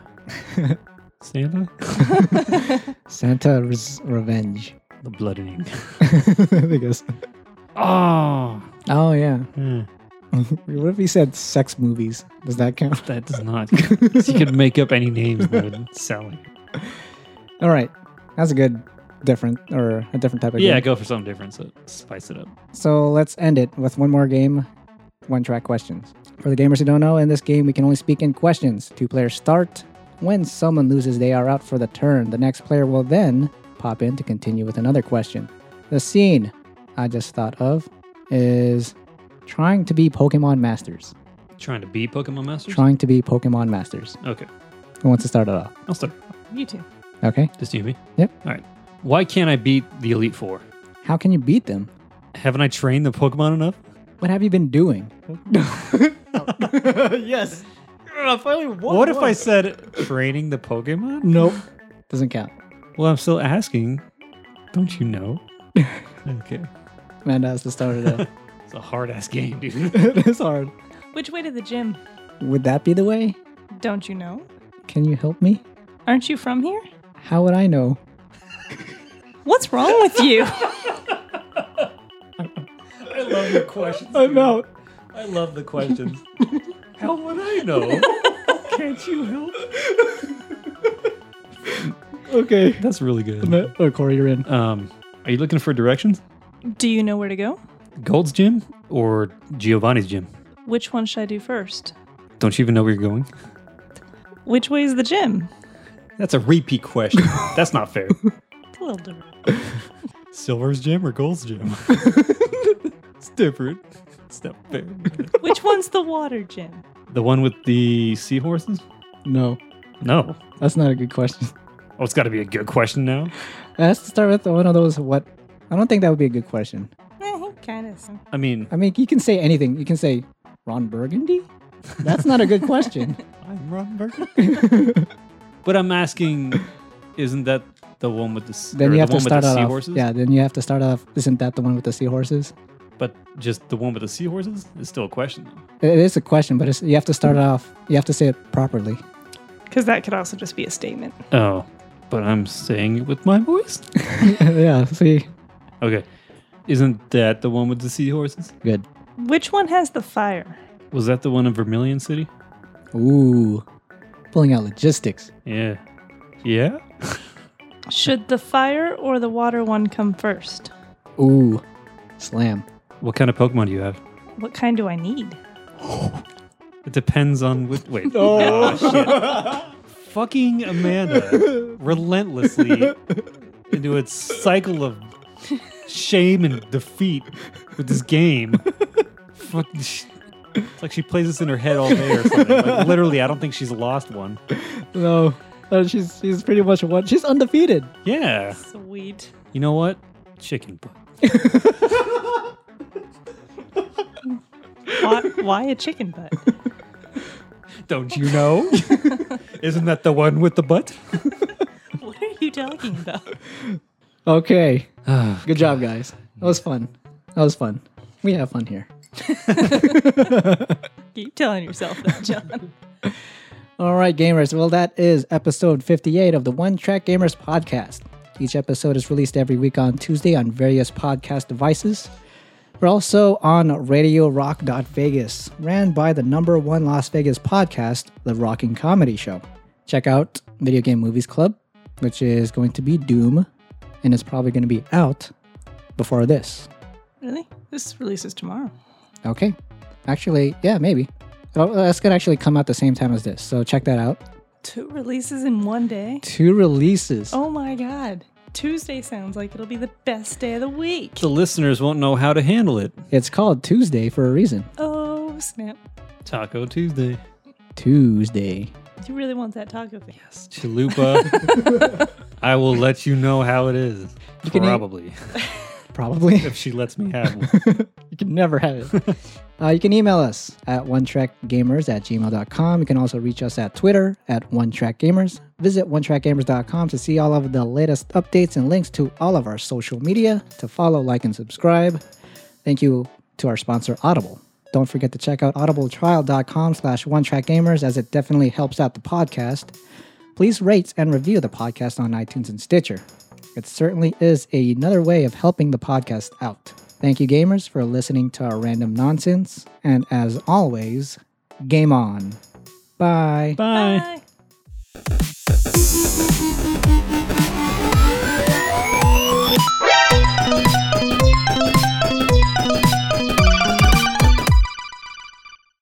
Speaker 3: Santa.
Speaker 1: Santa res- Revenge.
Speaker 3: The bloodening.
Speaker 1: I guess.
Speaker 3: Oh.
Speaker 1: Oh yeah.
Speaker 3: yeah,
Speaker 1: what if he said sex movies? Does that count?
Speaker 3: that does not. you could make up any names that would sound like.
Speaker 1: All right. That's a good different or a different type of game.
Speaker 3: Yeah, go for something different. So spice it up.
Speaker 1: So let's end it with one more game, one track questions. For the gamers who don't know, in this game we can only speak in questions. Two players start. When someone loses, they are out for the turn. The next player will then pop in to continue with another question. The scene I just thought of is trying to be Pokemon Masters.
Speaker 3: Trying to be Pokemon Masters.
Speaker 1: Trying to be Pokemon Masters.
Speaker 3: Okay.
Speaker 1: Who wants to start it off?
Speaker 3: I'll start.
Speaker 2: You too.
Speaker 1: Okay.
Speaker 3: Just you and me.
Speaker 1: Yep.
Speaker 3: All right. Why can't I beat the Elite Four?
Speaker 1: How can you beat them?
Speaker 3: Haven't I trained the Pokemon enough?
Speaker 1: What have you been doing?
Speaker 3: What if I said training the Pokemon?
Speaker 1: Nope. Doesn't count.
Speaker 3: Well, I'm still asking. Don't you know? okay.
Speaker 1: Man, that's the start of that.
Speaker 3: It's a hard ass game, dude.
Speaker 1: it's hard.
Speaker 2: Which way to the gym?
Speaker 1: Would that be the way?
Speaker 2: Don't you know?
Speaker 1: Can you help me?
Speaker 2: Aren't you from here?
Speaker 1: How would I know?
Speaker 2: What's wrong with you?
Speaker 3: I love your questions.
Speaker 1: out.
Speaker 3: I love the questions. How would I know? Can't you help?
Speaker 1: Okay.
Speaker 3: That's really good.
Speaker 1: Oh, Corey, you're in.
Speaker 3: Um, are you looking for directions?
Speaker 2: do you know where to go?
Speaker 3: Gold's gym or Giovanni's gym?
Speaker 2: Which one should I do first?
Speaker 3: Don't you even know where you're going?
Speaker 2: Which way is the gym?
Speaker 3: That's a repeat question. That's not fair.
Speaker 2: It's a little different.
Speaker 3: Silver's gym or Gold's gym? it's different. It's not fair.
Speaker 2: Which one's the water gym?
Speaker 3: The one with the seahorses?
Speaker 1: No,
Speaker 3: No.
Speaker 1: that's not a good question.
Speaker 3: Oh, it's got to be a good question now.
Speaker 1: Let's start with one of those. What? I don't think that would be a good question.
Speaker 2: Eh, he kind of.
Speaker 3: I mean,
Speaker 1: I mean, you can say anything. You can say Ron Burgundy. That's not a good question.
Speaker 3: I'm Ron but I'm asking, isn't that the one with the s-
Speaker 1: then
Speaker 3: or
Speaker 1: you
Speaker 3: the
Speaker 1: have to
Speaker 3: one
Speaker 1: start
Speaker 3: with the
Speaker 1: out. Off,
Speaker 3: seahorses?
Speaker 1: yeah. Then you have to start off. Isn't that the one with the seahorses?
Speaker 3: But just the one with the seahorses is still a question. though.
Speaker 1: It is a question, but it's, you have to start
Speaker 3: Hmm.
Speaker 1: it off. You have to say it properly.
Speaker 2: Because that could also just be a statement.
Speaker 3: Oh, but I'm saying it with my voice.
Speaker 1: yeah. See.
Speaker 3: okay, isn't that the one with the seahorses?
Speaker 1: Good.
Speaker 2: Which one has the fire?
Speaker 3: Was that the one in Vermilion City?
Speaker 1: Ooh. Pulling out logistics.
Speaker 3: Yeah, yeah.
Speaker 2: Should the fire or the water one come first?
Speaker 1: Ooh. Slam.
Speaker 3: What kind of Pokemon do you have?
Speaker 2: What kind do I need?
Speaker 3: It depends on which. Wait.
Speaker 1: No.
Speaker 3: Ah, shit. Fucking Amanda relentlessly into its cycle of shame and defeat with this game. Fucking. sh- It's like she plays this in her head all day or something. Like, literally, I don't think she's lost one.
Speaker 1: No. No, she's she's pretty much one. She's undefeated.
Speaker 3: Yeah.
Speaker 2: Sweet.
Speaker 3: You know what? Chicken butt.
Speaker 2: Why, why a chicken butt?
Speaker 3: Don't you know? Isn't that the one with the butt?
Speaker 2: What are you talking about?
Speaker 1: Okay. Good job, guys. That was fun. That was fun. We have fun here.
Speaker 2: Keep telling yourself that, John.
Speaker 1: All right, gamers. Well, that is episode 58 of the One Track Gamers podcast. Each episode is released every week on Tuesday on various podcast devices. We're also on Radio Rock Vegas, ran by the number one Las Vegas podcast, The Rocking Comedy Show. Check out Video Game Movies Club, which is going to be Doom, and it's probably going to be out before this.
Speaker 2: Really? This releases tomorrow.
Speaker 1: Okay. Actually, yeah, maybe. Oh, that's going to actually come out the same time as this. So check that out.
Speaker 2: Two releases in one day?
Speaker 1: Two releases.
Speaker 2: Oh my god. Tuesday sounds like it'll be the best day of the week.
Speaker 3: The listeners won't know how to handle it.
Speaker 1: It's called Tuesday for a reason.
Speaker 2: Oh, snap.
Speaker 3: Taco Tuesday.
Speaker 1: Tuesday.
Speaker 2: You really want that taco thing?
Speaker 3: Chalupa. I will let you know how it is.
Speaker 1: can eat-
Speaker 3: Probably.
Speaker 1: Probably.
Speaker 3: If she lets me have one.
Speaker 1: you can never have it. uh, you can email us at onetrackgamers at gmail.com. You can also reach us at Twitter at onetrackgamers. Visit onetrackgamers.com to see all of the latest updates and links to all of our social media, to follow, like, and subscribe. Thank you to our sponsor, Audible. Don't forget to check out audibletrial.com slash onetrackgamers as it definitely helps out the podcast. Please rate and review the podcast on iTunes and Stitcher. It certainly is another way of helping the podcast out. Thank you, gamers, for listening to our random nonsense. And as always, game on. Bye.
Speaker 3: Bye.
Speaker 2: Bye.